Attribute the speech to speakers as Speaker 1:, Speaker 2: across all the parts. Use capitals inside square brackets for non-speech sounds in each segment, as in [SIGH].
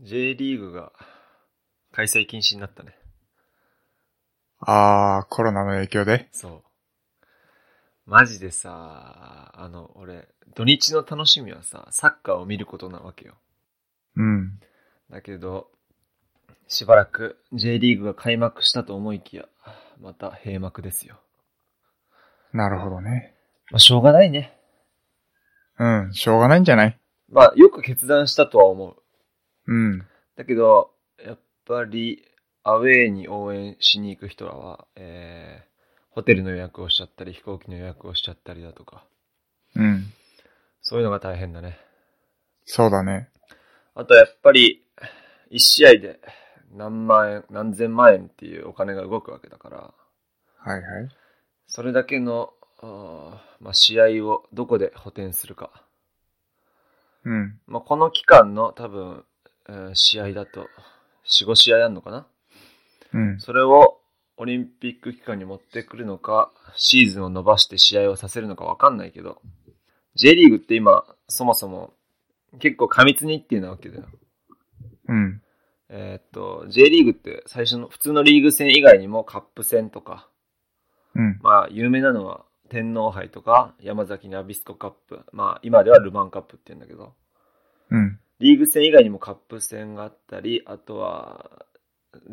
Speaker 1: J リーグが開催禁止になったね。
Speaker 2: あー、コロナの影響で。
Speaker 1: そう。マジでさ、あの、俺、土日の楽しみはさ、サッカーを見ることなわけよ。
Speaker 2: うん。
Speaker 1: だけど、しばらく J リーグが開幕したと思いきや、また閉幕ですよ。
Speaker 2: なるほどね。
Speaker 1: まあ、しょうがないね。
Speaker 2: うん、しょうがないんじゃない
Speaker 1: まあ、よく決断したとは思う。
Speaker 2: うん。
Speaker 1: だけど、やっぱり、アウェーに応援しに行く人らは、えー、ホテルの予約をしちゃったり、飛行機の予約をしちゃったりだとか、
Speaker 2: うん。
Speaker 1: そういうのが大変だね。
Speaker 2: そうだね。
Speaker 1: あとやっぱり、一試合で何万円、何千万円っていうお金が動くわけだから、
Speaker 2: はいはい。
Speaker 1: それだけの、あーまあ、試合をどこで補填するか。
Speaker 2: うん。
Speaker 1: まあ、この期間の多分、えー試合だと、4、5試合あるのかな
Speaker 2: うん。
Speaker 1: それをオリンピック期間に持ってくるのか、シーズンを伸ばして試合をさせるのかわかんないけど、J リーグって今、そもそも結構過密日程なわけだよ。
Speaker 2: うん。
Speaker 1: えーっと、J リーグって最初の普通のリーグ戦以外にもカップ戦とか、
Speaker 2: うん。
Speaker 1: まあ有名なのは天皇杯とか山崎ナビスコカップ、まあ今ではルヴァンカップって言うんだけど、
Speaker 2: うん。
Speaker 1: リーグ戦以外にもカップ戦があったり、あとは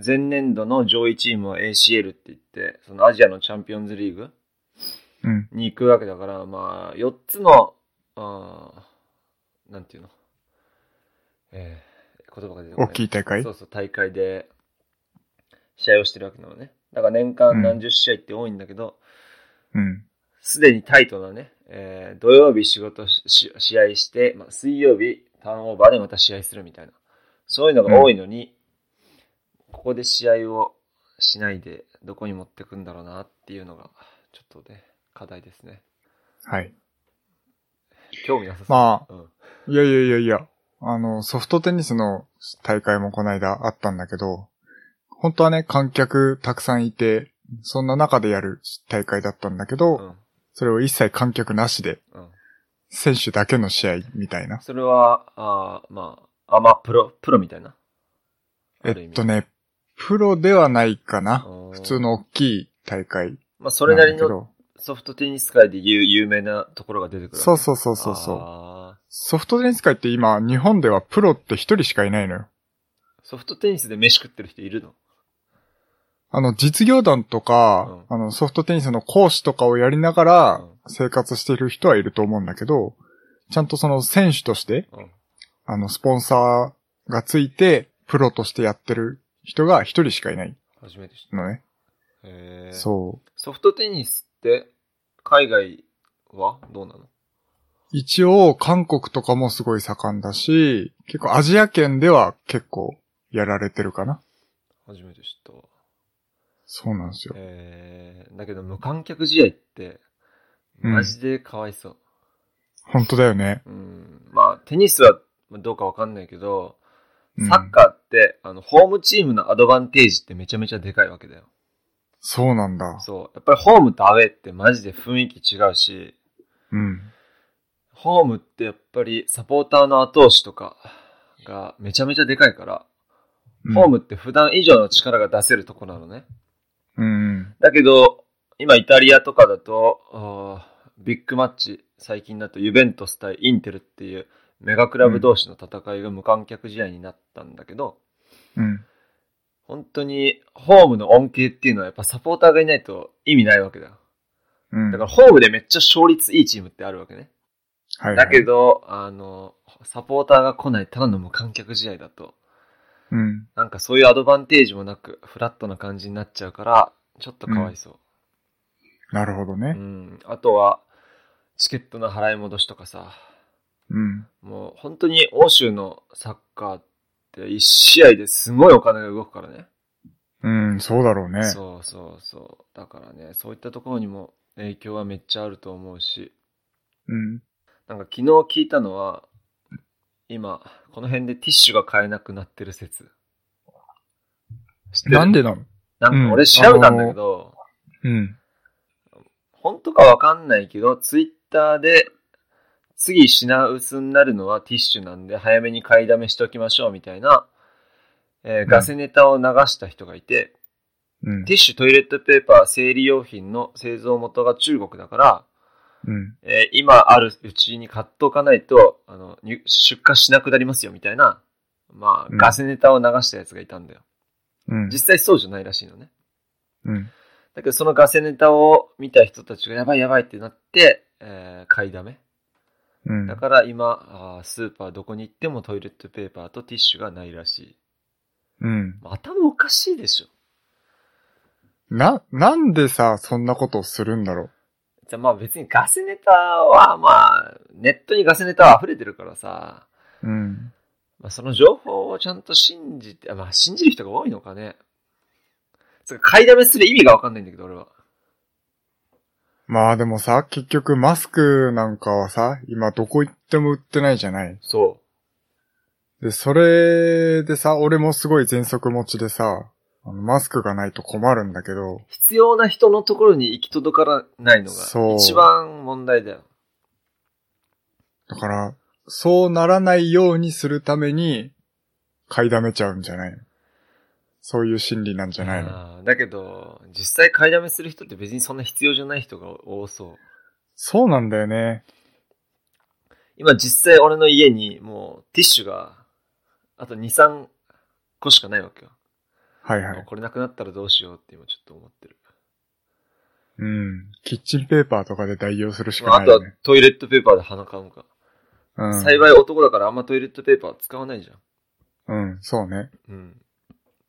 Speaker 1: 前年度の上位チームは ACL って言って、そのアジアのチャンピオンズリーグ
Speaker 2: うん。
Speaker 1: に行くわけだから、まあ4つの、あーなんていうの、えー言葉が出てこな
Speaker 2: 大きい大会
Speaker 1: そうそう、大会で試合をしてるわけなのね。だから年間何十試合って多いんだけど、
Speaker 2: うん。
Speaker 1: すでにタイトなね、えー土曜日仕事しし試合して、まあ、水曜日ターンオーバーでまた試合するみたいな。そういうのが多いのに、ここで試合をしないで、どこに持ってくんだろうなっていうのが、ちょっとね、課題ですね。
Speaker 2: はい。
Speaker 1: 興味なさそう。
Speaker 2: まあ、
Speaker 1: うん。
Speaker 2: いやいやいやいや。あの、ソフトテニスの大会もこの間あったんだけど、本当はね、観客たくさんいて、そんな中でやる大会だったんだけど、
Speaker 1: うん。
Speaker 2: それを一切観客なしで、
Speaker 1: うん。
Speaker 2: 選手だけの試合みたいな。
Speaker 1: それは、あーまあ、アマプロ、プロみたいな。
Speaker 2: えっとね、プロではないか
Speaker 1: あ
Speaker 2: な。
Speaker 1: る意味、
Speaker 2: 普
Speaker 1: 普
Speaker 2: 通。の大きい大会。
Speaker 1: まあ、それなり
Speaker 2: んだけ
Speaker 1: の
Speaker 2: ど。
Speaker 1: ソフトテニス界で言う有名なところが出てくる。
Speaker 2: そうそうそうそうそう。
Speaker 1: あ
Speaker 2: ソフトテニス界って今、日本ではプロって一人しかいないのよ。
Speaker 1: ーソフトテニスで飯食ってる人いるの
Speaker 2: あの、実業団とか、あの、ソフトテニスの講師とかをやりなが
Speaker 1: う
Speaker 2: ら
Speaker 1: ん
Speaker 2: 生活してる人はいると思うんだけど、ちゃんとその選手として、
Speaker 1: うん。
Speaker 2: あの、スポンサーがついて、プロとしてやってる人が一人しかいない
Speaker 1: 初めて知った。
Speaker 2: のね。
Speaker 1: へー
Speaker 2: そう。
Speaker 1: ソフトテニスって、海外はどうなの
Speaker 2: 一応、韓国とかもすごい盛んだし、結構アジア圏では結構やられてるかな。
Speaker 1: 初めて知ったわ。
Speaker 2: そうなんですよ。
Speaker 1: えー、だけど無観客試合って、
Speaker 2: うん
Speaker 1: マジでかわいそう。
Speaker 2: 本当だよね。
Speaker 1: うん。まあ、テニスはどうかわかんないけど、
Speaker 2: うん
Speaker 1: サッカーって、あの、ホームチームのアドバンテージってめちゃめちゃでかいわけだよ。
Speaker 2: そうなんだ。
Speaker 1: そう。やっぱりホームとアウェーってマジで雰囲気違うし、
Speaker 2: うん。
Speaker 1: ホームってやっぱりサポーターの後押しとかがめちゃめちゃでかいから、
Speaker 2: うん
Speaker 1: ホームって普段以上の力が出せるとこなのね。
Speaker 2: うん。
Speaker 1: だけど、今イタリアとかだと、あービッグマッチ、最近だとユベントス対インテルっていうメガクラブ同士の戦いが無観客試合になったんだけど、
Speaker 2: うん。
Speaker 1: 本当にホームの恩恵っていうのはやっぱサポーターがいないと意味ないわけだよ。
Speaker 2: うん。
Speaker 1: だからホームでめっちゃ勝率いいチームってあるわけね。
Speaker 2: はいはい
Speaker 1: だけど、あの、サポーターが来ないただの無観客試合だと、
Speaker 2: うん。
Speaker 1: なんかそういうアドバンテージもなく、フラットな感じになっちゃうから、ちょっとかわいそう。
Speaker 2: なるほど
Speaker 1: うん
Speaker 2: ね。。
Speaker 1: あとは、チケットの払い戻しとかさ、
Speaker 2: うん。
Speaker 1: もう本当に欧州のサッカーって1試合ですごいお金が動くからね。
Speaker 2: うん、そうだろうね。
Speaker 1: そうそうそう。だからね、そういったところにも影響はめっちゃあると思うし、
Speaker 2: うん。
Speaker 1: なんか昨日聞いたのは、今、この辺でティッシュが買えなくなってる説。知ってる
Speaker 2: なんでなの
Speaker 1: なんか俺調べたんだけど、
Speaker 2: うん。
Speaker 1: 本当かわかんないけど、ツイッターで、次品薄になるのはティッシュなんで早めに買いだめしておきましょうみたいなえーガセネタを流した人がいて、
Speaker 2: うん
Speaker 1: ティ。ッシュ、トイレットペーパー、生理用品の製造元が中国だから、
Speaker 2: うん。
Speaker 1: えー今あるうちに買っておかないと、あの、入出荷しなくなりますよ、みたいな、まあ、
Speaker 2: うん
Speaker 1: ガセネタを流したやつがいたんだよ。
Speaker 2: うん。
Speaker 1: 実際そうじゃないらしいのね。
Speaker 2: うん。
Speaker 1: だけど、そのガセネタを見た人たちが、やばいやばいってなって、えー買いだめ。
Speaker 2: うん
Speaker 1: だ。から今、あースーパーどこに行ってもトイレットペーパーとティッシュがないらしい。
Speaker 2: うん。
Speaker 1: まあ頭おかしいでしょ。
Speaker 2: な、なんでさ、そんなことをするんだろ
Speaker 1: じゃあまあ別にガセネタは、まあ、ネットにガセネタは溢れてるからさ、
Speaker 2: う。うん。
Speaker 1: まあ、その情報をちゃんと信じて、あまあ、信じる人が多いのかね。つうか買いだめする意味がわかんないんだけど、俺は。
Speaker 2: まあでもさ、結局マスクなんかはさ、今どこ行っても売ってないじゃない。
Speaker 1: そ
Speaker 2: で、それでさ、俺もすごい喘息持ちでさ、あのマスクがないと困るんだけど
Speaker 1: う。、必要な人のところに行き届からないの
Speaker 2: そ
Speaker 1: が、
Speaker 2: う
Speaker 1: 一番問題だよ。
Speaker 2: だから、そうならないようにするために、買いだめちゃうんじゃないのそういう心理なんじゃないの
Speaker 1: あーだけど、実際買いだめする人って別にそんな必要じゃない人が多そう。
Speaker 2: そうなんだよね。
Speaker 1: 今実際俺の家にもうティッシュが、あと2、3個しかないわけよ。
Speaker 2: はいはい。
Speaker 1: これなくなったらどうしようって今ちょっと思ってる。
Speaker 2: うん。キッチンペーパーとかで代用するし
Speaker 1: まあ、
Speaker 2: か
Speaker 1: あ
Speaker 2: ない
Speaker 1: とは
Speaker 2: よね。
Speaker 1: トイレットペーパーで鼻かむか。
Speaker 2: うん。
Speaker 1: 幸い男だからあんまトイレットペーパー使わないじゃん。
Speaker 2: うん、そうね。
Speaker 1: うん。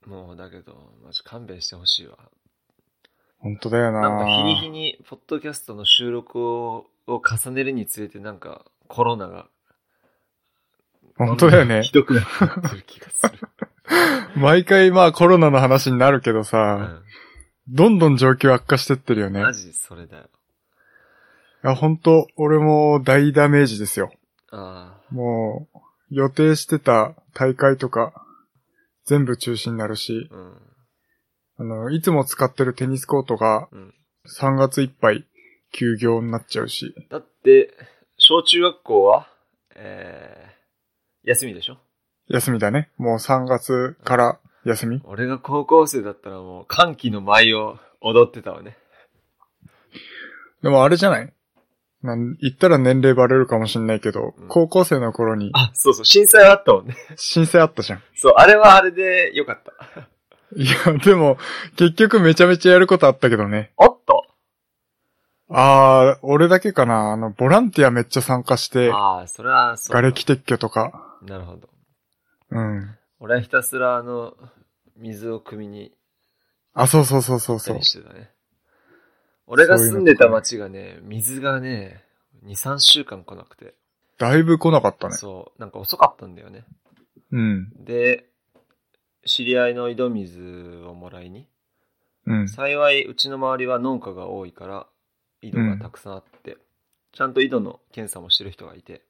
Speaker 1: もうだけど、マジ勘弁してほしいわ。
Speaker 2: 本当だよな
Speaker 1: なんか日に日に、ポッドキャストの収録をを重ねるにつれて、なんかコロナが。
Speaker 2: 本当だよね
Speaker 1: ひ。どくなってる気がす
Speaker 2: [LAUGHS]
Speaker 1: る。
Speaker 2: 毎回まあコロナの話になるけど
Speaker 1: う
Speaker 2: さ、
Speaker 1: ん、
Speaker 2: どんどん状況悪化してってるよね。
Speaker 1: マジそれだよ。
Speaker 2: いや、本当俺も大ダメージですよ。
Speaker 1: ああ。
Speaker 2: もう、予定してた大会とか、全部中止になるし、
Speaker 1: うん。
Speaker 2: あの、いつも使ってるテニスコートが
Speaker 1: うん。
Speaker 2: 3月いっぱい休業になっちゃうし、
Speaker 1: だって、小中学校は、えー、休みでしょ
Speaker 2: 休みだね。もう3月から休み。
Speaker 1: 俺が高校生だったらもう歓喜の舞を踊ってたわね。
Speaker 2: でもあれじゃないなん言ったら年齢バレるかもしんないけど、
Speaker 1: うん
Speaker 2: 高校生の頃に
Speaker 1: あ、そうそう、震災はあったもんね。
Speaker 2: 申請あったじゃん。
Speaker 1: そう、あれはあれでよかった。
Speaker 2: いや、でも、結局めちゃめちゃやることあったけどね。
Speaker 1: おっと
Speaker 2: あー、俺だけかな。あの、ボランティアめっちゃ参加して、
Speaker 1: ああ、それは、そう。
Speaker 2: 瓦礫撤去とか。
Speaker 1: なるほど。
Speaker 2: うん。
Speaker 1: 俺はひたすら、あの、水を汲みに
Speaker 2: あ、そうそうそうそう
Speaker 1: 行った
Speaker 2: そう
Speaker 1: り。してたね。俺が住んでた町がね、水がね、2、3週間来なくて。
Speaker 2: だいぶ来なかったね。
Speaker 1: そう、なんか遅かったんだよね。
Speaker 2: うん。
Speaker 1: で、知り合いの井戸水をもらいに。
Speaker 2: うん。
Speaker 1: 幸い、うちの周りは農家が多いから、井戸がたくさんあって、ちゃんと井戸の検査もしてる人がいて、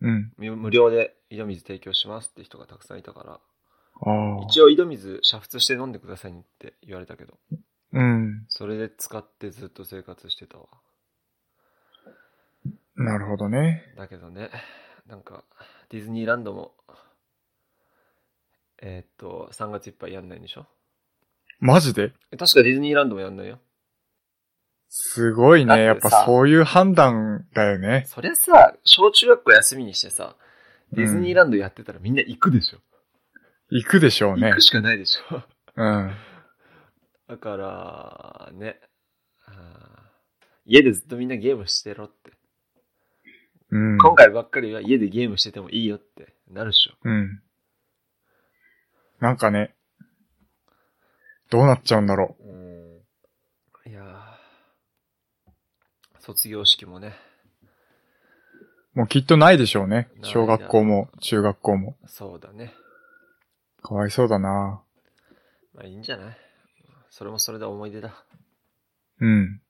Speaker 2: うん。
Speaker 1: 無無料で井戸水提供しますって人がたくさんいたから、
Speaker 2: ああ。
Speaker 1: 一応井戸水煮沸して飲んでくださいねって言われたけど
Speaker 2: うん。
Speaker 1: それで使ってずっと生活してたわ
Speaker 2: なるほどね。
Speaker 1: だけどねなんかディズニーランドもえーっと3月いっぱいやんないんでしょ
Speaker 2: マジで
Speaker 1: え確かディズニーランドもやんないよ
Speaker 2: すごい
Speaker 1: だって
Speaker 2: ね。やっ
Speaker 1: さ
Speaker 2: ぱそういう判断だよね。
Speaker 1: そりゃさ小中学校休みにしてさディズニーランドやってたらみんな行くでしょ、
Speaker 2: 行くでしょうね
Speaker 1: 行く。しかないでしょ [LAUGHS]
Speaker 2: うん。
Speaker 1: だからねあー家でずっとみんなゲームしてろって
Speaker 2: うん。
Speaker 1: 今回ばっかりは家でゲームしててもいいよってなるでしょ。
Speaker 2: うん。なんかね、どうなっちゃうんだろ
Speaker 1: いやー卒業式もね、
Speaker 2: う。もうきっとないでしょうね
Speaker 1: ない。な
Speaker 2: 小学校も中学校も。
Speaker 1: そうだね。
Speaker 2: かわいそうだな
Speaker 1: まあいいんじゃないそれもそれで思い出だ。
Speaker 2: うん。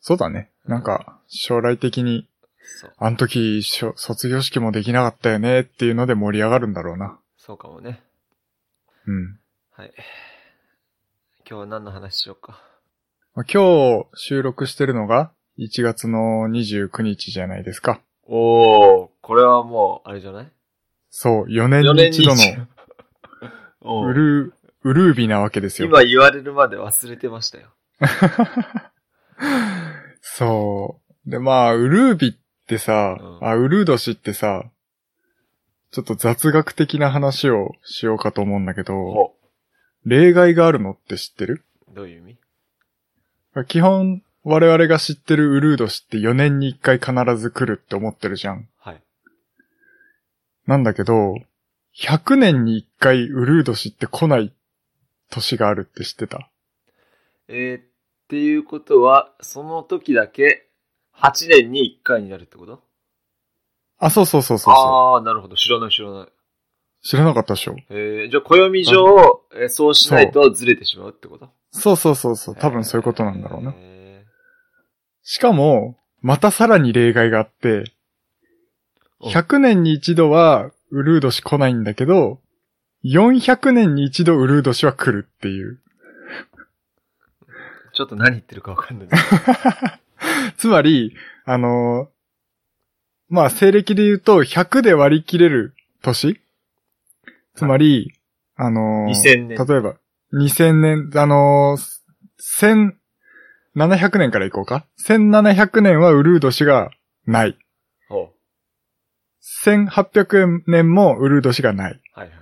Speaker 2: そうだね。なんか、将来的に、
Speaker 1: そう。
Speaker 2: あの時、しょ卒業式もできなかったよねっていうので盛り上がるんだろうな。
Speaker 1: そうかもね。
Speaker 2: うん。
Speaker 1: はい。今日は何の話しようか。
Speaker 2: まあ今日収録してるのが1月の29日じゃないですか。
Speaker 1: おー、これはもう、あれじゃない
Speaker 2: そう、4年に一度の、
Speaker 1: [LAUGHS] お
Speaker 2: ブ
Speaker 1: ー
Speaker 2: ルーウルービーなわけですよ。
Speaker 1: 今言われるまで忘れてましたよ。
Speaker 2: そう。で、まあ、ウルービってさ、
Speaker 1: うん
Speaker 2: あ、ウルード氏ってさ、ちょっと雑学的な話をしようかと思うんだけど、
Speaker 1: ほ
Speaker 2: 例外があるのって知ってる
Speaker 1: う。どういう意味
Speaker 2: 基本、我々が知ってるウルード氏って4年に1回必ず来るって思ってるじゃん。
Speaker 1: はい。
Speaker 2: なんだけど、100年に1回ウルード氏って来ない年があるって知ってた
Speaker 1: えー、っていうことは、その時だけ、8年に1回になるってこと
Speaker 2: あ、そうそうそうそうそ
Speaker 1: ああ、なるほど。知らない知らない。
Speaker 2: う。知らなかったでしょ
Speaker 1: えー、じゃあ、暦上、えーそうしないとずれてしまうってこと
Speaker 2: そうそうそうそう。多分そういうことなんだろうな。
Speaker 1: え
Speaker 2: しかも、またさらに例外があって、
Speaker 1: ー
Speaker 2: 100年に一度はウルード氏来ないんだけど、400年に一度ウルード氏は来るっていう。
Speaker 1: ちょっと何言ってるかわかんない。
Speaker 2: つまり、あのーまあ、西暦で言うと100で割り切れる年つまり、あのー
Speaker 1: 2000年。
Speaker 2: 例えば、2000年、あのー、1700年からいこうか。1700年はウルード氏がない。
Speaker 1: ほ
Speaker 2: 1800年もウルード氏がない。
Speaker 1: う。はいはい。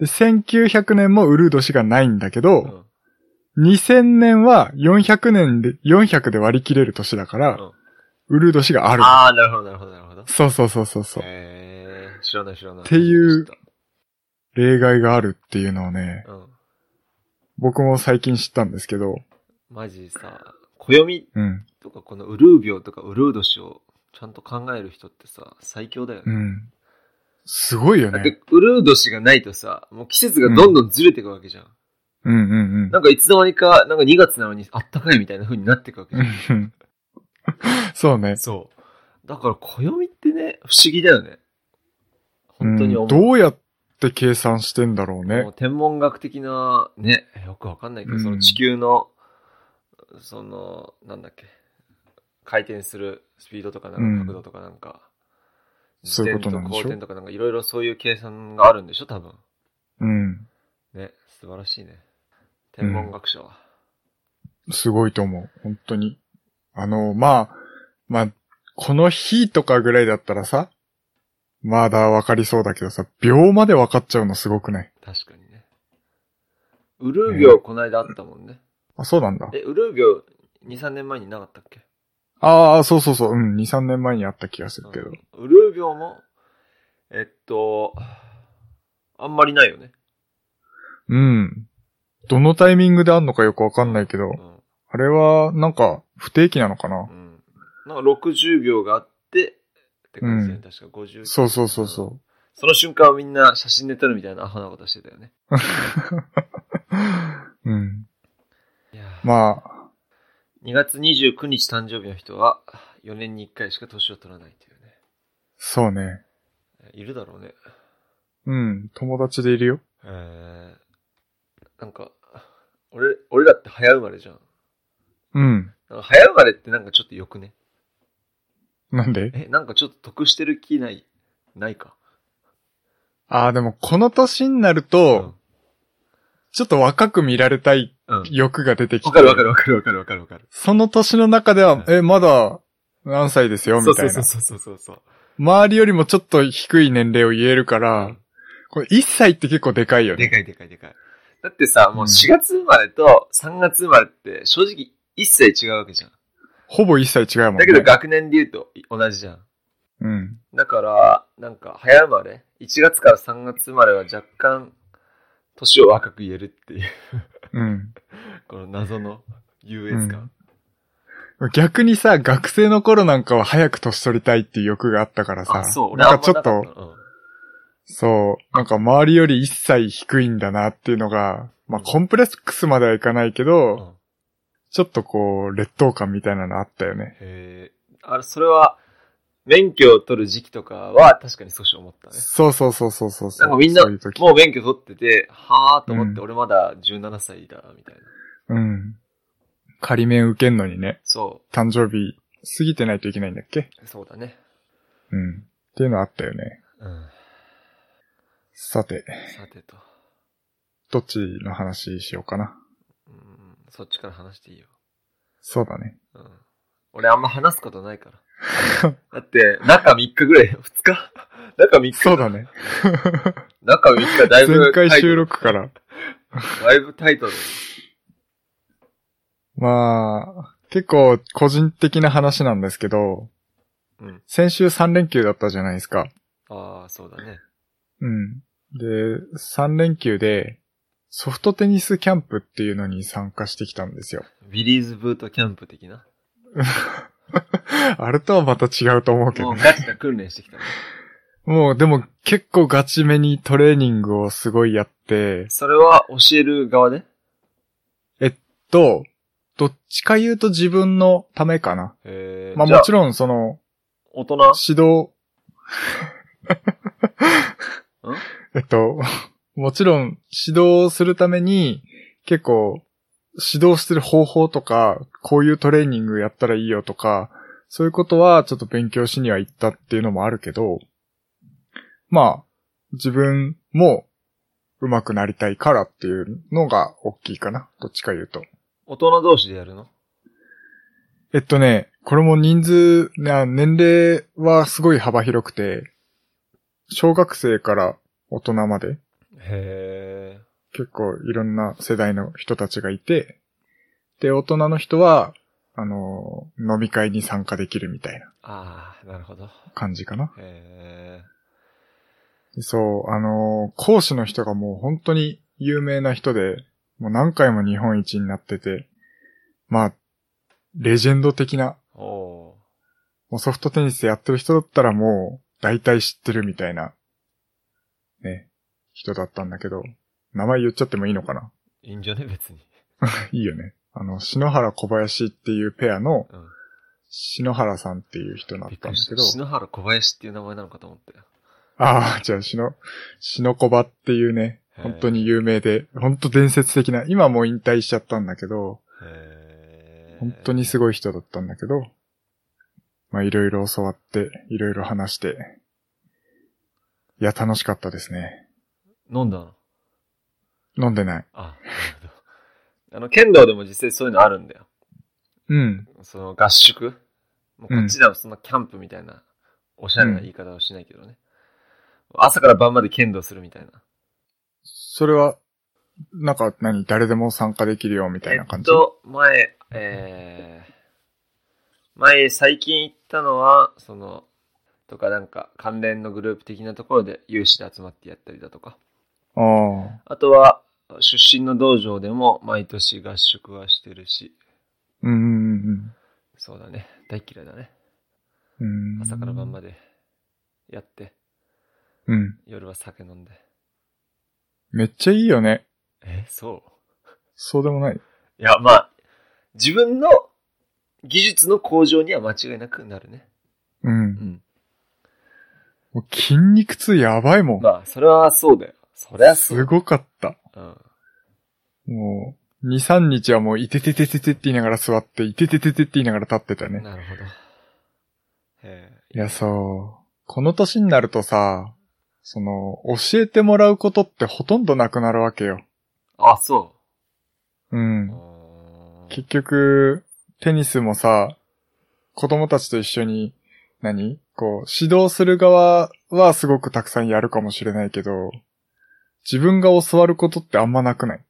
Speaker 2: で、1900年もウルード氏がないんだけ
Speaker 1: う
Speaker 2: ど、
Speaker 1: ん
Speaker 2: 2000年は400年で、400で割り切れる年だから、
Speaker 1: うん
Speaker 2: ウルード氏がある。
Speaker 1: ああ、なるほど、なるほど、なるほど。
Speaker 2: そうそうそうそうそう。
Speaker 1: えー、知らない知らない。
Speaker 2: っていう
Speaker 1: 知っ
Speaker 2: 例外があるっていうのをね、
Speaker 1: た。うん。
Speaker 2: 僕も最近知ったんですけど、
Speaker 1: マジさ、暦
Speaker 2: うん、
Speaker 1: とかこのウルー病とかウルー年をちゃんと考える人ってさ、最強だよ
Speaker 2: う
Speaker 1: ね。
Speaker 2: ん。すごいよ
Speaker 1: だって
Speaker 2: ね。
Speaker 1: ウルー年がないとさ、もう季節がどんどんずれていくわけじゃん。
Speaker 2: うんうん
Speaker 1: なんかいつの間にか、なんか2月なのにあったかいみたいな風になっていくわけ
Speaker 2: う
Speaker 1: じゃん。
Speaker 2: ん。 [LAUGHS] そうね。
Speaker 1: そう。だから暦ってね、不思議だよね。本当に
Speaker 2: う
Speaker 1: 思
Speaker 2: ん
Speaker 1: う。
Speaker 2: どうやって計算してんだろう
Speaker 1: もう
Speaker 2: ね。
Speaker 1: 天文学的な、ね、よくわかんないけど、
Speaker 2: うん
Speaker 1: その地球の、その、なんだっけ、回転するスピードとかなんか角度とかなんか、
Speaker 2: そういうことなんでしょ
Speaker 1: 自転と後転とかなんかいろいろそういう計算があるんでしょ、多分。
Speaker 2: うん。
Speaker 1: ね、素晴らしいね。天文学者は。
Speaker 2: すごいと思う。本当に。あの、まあ、まあ、この日とかぐらいだったらさ、まだわかりそうだけどさ、秒までわかっちゃうのすごくない
Speaker 1: 確かにね。ウルービョこないだあったもんね。
Speaker 2: あ、そうなんだ。
Speaker 1: え、ウルービョ2、3年前になかったっけ
Speaker 2: ああ、そうそうそう。うん、2、3年前にあった気がするけど。
Speaker 1: ウルービョも、えっと、あんまりないよね。
Speaker 2: うん。どのタイミングであんのかよくわかんないけど
Speaker 1: う、ん。
Speaker 2: あれは、なんか、不定期なのかな
Speaker 1: うん。なんか60秒があって、って感じだよね。確か50。
Speaker 2: そうそうそうそ
Speaker 1: その瞬間はみんな写真で撮るみたいなアホなことしてたよね。
Speaker 2: [LAUGHS] う。うん。
Speaker 1: いやー
Speaker 2: まあ、
Speaker 1: 2月29日誕生日の人は、4年に1回しか年を取らないというね。
Speaker 2: そうね。
Speaker 1: いるだろうね。
Speaker 2: うん、友達でいるよ。
Speaker 1: えー、なんか、俺、俺だって早生まれじゃん。
Speaker 2: うん。
Speaker 1: なんか早生まれってなんかちょっとよくね。
Speaker 2: なんで
Speaker 1: え、なんかちょっと得してる気ない、ないか。
Speaker 2: ああ、でもこの年になると、ちょっと若く見られたい
Speaker 1: うん。うん。
Speaker 2: 欲が出てきて。
Speaker 1: わかるわかるわかるわかるわかるわかる。
Speaker 2: その年の中では、
Speaker 1: うん
Speaker 2: え、まだ何歳ですよ、みたい
Speaker 1: そ
Speaker 2: な
Speaker 1: う。そうそうそうそう。
Speaker 2: 周りよりもちょっと低い年齢を言えるから、
Speaker 1: うん
Speaker 2: これ1歳って結構でかいよ
Speaker 1: で
Speaker 2: ね。
Speaker 1: かいでかいでかい。だってさ、もう4月生まれと3月生まれって正直一切違うわけじゃん。
Speaker 2: ほぼ1歳違うもん
Speaker 1: だ
Speaker 2: ね。
Speaker 1: けど学年で言うと同じじゃん。
Speaker 2: うん。
Speaker 1: だから、なんか早生まれ ?1 月から3月生まれは若干年を若く言えるっていう、
Speaker 2: うん。
Speaker 1: この謎の優越感。
Speaker 2: 逆にさ、学生の頃なんかは早く年取りたいっていう欲があったからさ。
Speaker 1: あ、そう、俺
Speaker 2: な
Speaker 1: あ
Speaker 2: ん
Speaker 1: ん
Speaker 2: か
Speaker 1: ま
Speaker 2: ちょ
Speaker 1: な
Speaker 2: っ
Speaker 1: か
Speaker 2: と
Speaker 1: っ、たの。うん
Speaker 2: そう、なんか周りより1歳低いんだなっていうのが、まあコンプレックスまではいかないけど、
Speaker 1: うん
Speaker 2: ちょっとこう、劣等感みたいなのあったよね。
Speaker 1: へえ、あれ、それは、免許を取る時期とかは確かに少し思ったね。
Speaker 2: そうそうそうそうそうそう。
Speaker 1: なんかみんな
Speaker 2: そういう時。
Speaker 1: もう免許取ってて、はーと思っ
Speaker 2: うん
Speaker 1: て、俺まだ17歳だ、みたいな。
Speaker 2: うん。仮面受けんのにね、
Speaker 1: そ
Speaker 2: 誕生日過ぎてないといけないんだっけ
Speaker 1: う、そうだね。
Speaker 2: うん。っていうのあったよね。
Speaker 1: うん。
Speaker 2: さて、
Speaker 1: さてと。
Speaker 2: どっちの話しようかな。
Speaker 1: うん、そっちから話していいよ。
Speaker 2: そうだね。
Speaker 1: うん。俺あんま話すことない
Speaker 2: [LAUGHS]
Speaker 1: から。だって、中3日ぐらい、2日中3日。
Speaker 2: そうだね。
Speaker 1: 中3日だいぶ
Speaker 2: 前
Speaker 1: タイ
Speaker 2: 回
Speaker 1: ト
Speaker 2: 収
Speaker 1: ル、
Speaker 2: 録から。
Speaker 1: だいぶタイトル。
Speaker 2: まあ、結構個人的な話なんですけど、
Speaker 1: うん。
Speaker 2: 先週3連休だったじゃないですか。
Speaker 1: ああ、そうだね。
Speaker 2: うん。で、3連休で、ソフトテニスキャンプっていうのに参加してきたんですよ。 [LAUGHS]
Speaker 1: ビリーズブートキャンプ的な。
Speaker 2: あれとはまた違うと思うけ
Speaker 1: も
Speaker 2: ど
Speaker 1: う
Speaker 2: ね。
Speaker 1: ガチな訓練してきたね。
Speaker 2: もうでも結構ガチめにトレーニングをすごいやって、
Speaker 1: それは教える側で
Speaker 2: と、どっちか言うと自分のためかな。
Speaker 1: えー、
Speaker 2: まあ
Speaker 1: じゃ
Speaker 2: も
Speaker 1: あ
Speaker 2: ちろんその、
Speaker 1: 大人
Speaker 2: 指導
Speaker 1: ん。
Speaker 2: えっと、もちろん指導するために結構指導してる方法とか、こういうトレーニングやったらいいよとか、そういうことはちょっと勉強しには行ったっていうのもあるけど、まあ、自分も上手くなりたいからっていうのが大きいかな。どっちか言うと。
Speaker 1: 大人同士でやるの
Speaker 2: えっとね、これも人数、な年齢はすごい幅広くて、小学生から大人まで
Speaker 1: へえ。
Speaker 2: 結構いろんな世代の人たちがいて、で、大人の人は、あの、飲み会に参加できるみたいな
Speaker 1: ああ、なるほど。
Speaker 2: 感じかな。
Speaker 1: へ
Speaker 2: でそう、あの、講師の人がもう本当に有名な人で、もう何回も日本一になってて、まあ、レジェンド的な
Speaker 1: え。お
Speaker 2: もうソフトテニスやってる人だったらもう、大体知ってるみたいな、ね、人だったんだけど、名前言っちゃってもいいのかな [LAUGHS]
Speaker 1: ーいいんじゃね別に。
Speaker 2: いいよね。あの、篠原小林っていうペアの、
Speaker 1: うん。
Speaker 2: 篠原さんっていう人だっ
Speaker 1: びったく
Speaker 2: ん
Speaker 1: り
Speaker 2: だ
Speaker 1: し
Speaker 2: け
Speaker 1: た。
Speaker 2: ど、
Speaker 1: 篠原小林っていう名前なのかと思ったよ。
Speaker 2: ああ、じゃあ、篠、篠小葉っていうね、
Speaker 1: へー
Speaker 2: 本当に有名で、本当伝説的な、今もう引退しちゃったんだけど、
Speaker 1: へえ。
Speaker 2: 本当にすごい人だったんだけど、まあ、いろいろ教わって、いろいろ話して、いや、楽しかったですね。
Speaker 1: 飲んだの
Speaker 2: 飲んでない。
Speaker 1: あ、なるほど。あの、剣道でも実際そういうのあるんだよ。
Speaker 2: うん。
Speaker 1: その合宿もうこっちではそんなキャンプみたいな、おしゃれな言い方をしないけどね。朝から晩まで剣道するみたいな。
Speaker 2: それは、なんか何、誰でも参加できるよ、みたいな感じ。
Speaker 1: えっと、前、えー、前、最近行ったのは、その、とかなんか、関連のグループ的なところで有志で集まってやったりだとか。
Speaker 2: ああ。
Speaker 1: あとは、出身の道場でも毎年合宿はしてるし、
Speaker 2: うんうん
Speaker 1: そうだね。大嫌いだね。
Speaker 2: うん。うん。
Speaker 1: 朝から晩ま
Speaker 2: で。
Speaker 1: でやって、
Speaker 2: うん。
Speaker 1: 夜は酒飲んで。
Speaker 2: めっちゃいいよね。
Speaker 1: え、そう
Speaker 2: そうでもない。
Speaker 1: いや、まあ、自分の技術の向上には間違いなくなるね。
Speaker 2: うん。
Speaker 1: うん。
Speaker 2: もう筋肉痛やばいもん。
Speaker 1: まあ、それはそうだよ。そりゃそう。
Speaker 2: すごかった。
Speaker 1: うん。
Speaker 2: もう、2、3日はもう、いてててててって言いながら座って、いててててって言いながら立ってたね。
Speaker 1: なるほど。え
Speaker 2: いや、そう。この年になるとさ、その、教えてもらうことってほとんどなくなるわけよ。
Speaker 1: あ、そうう。
Speaker 2: ん。
Speaker 1: うーん
Speaker 2: 結局、テニスもさ、子供たちと一緒に、何こう、指導する側はすごくたくさんやるかもしれないけど、自分が教わることってあんまなくない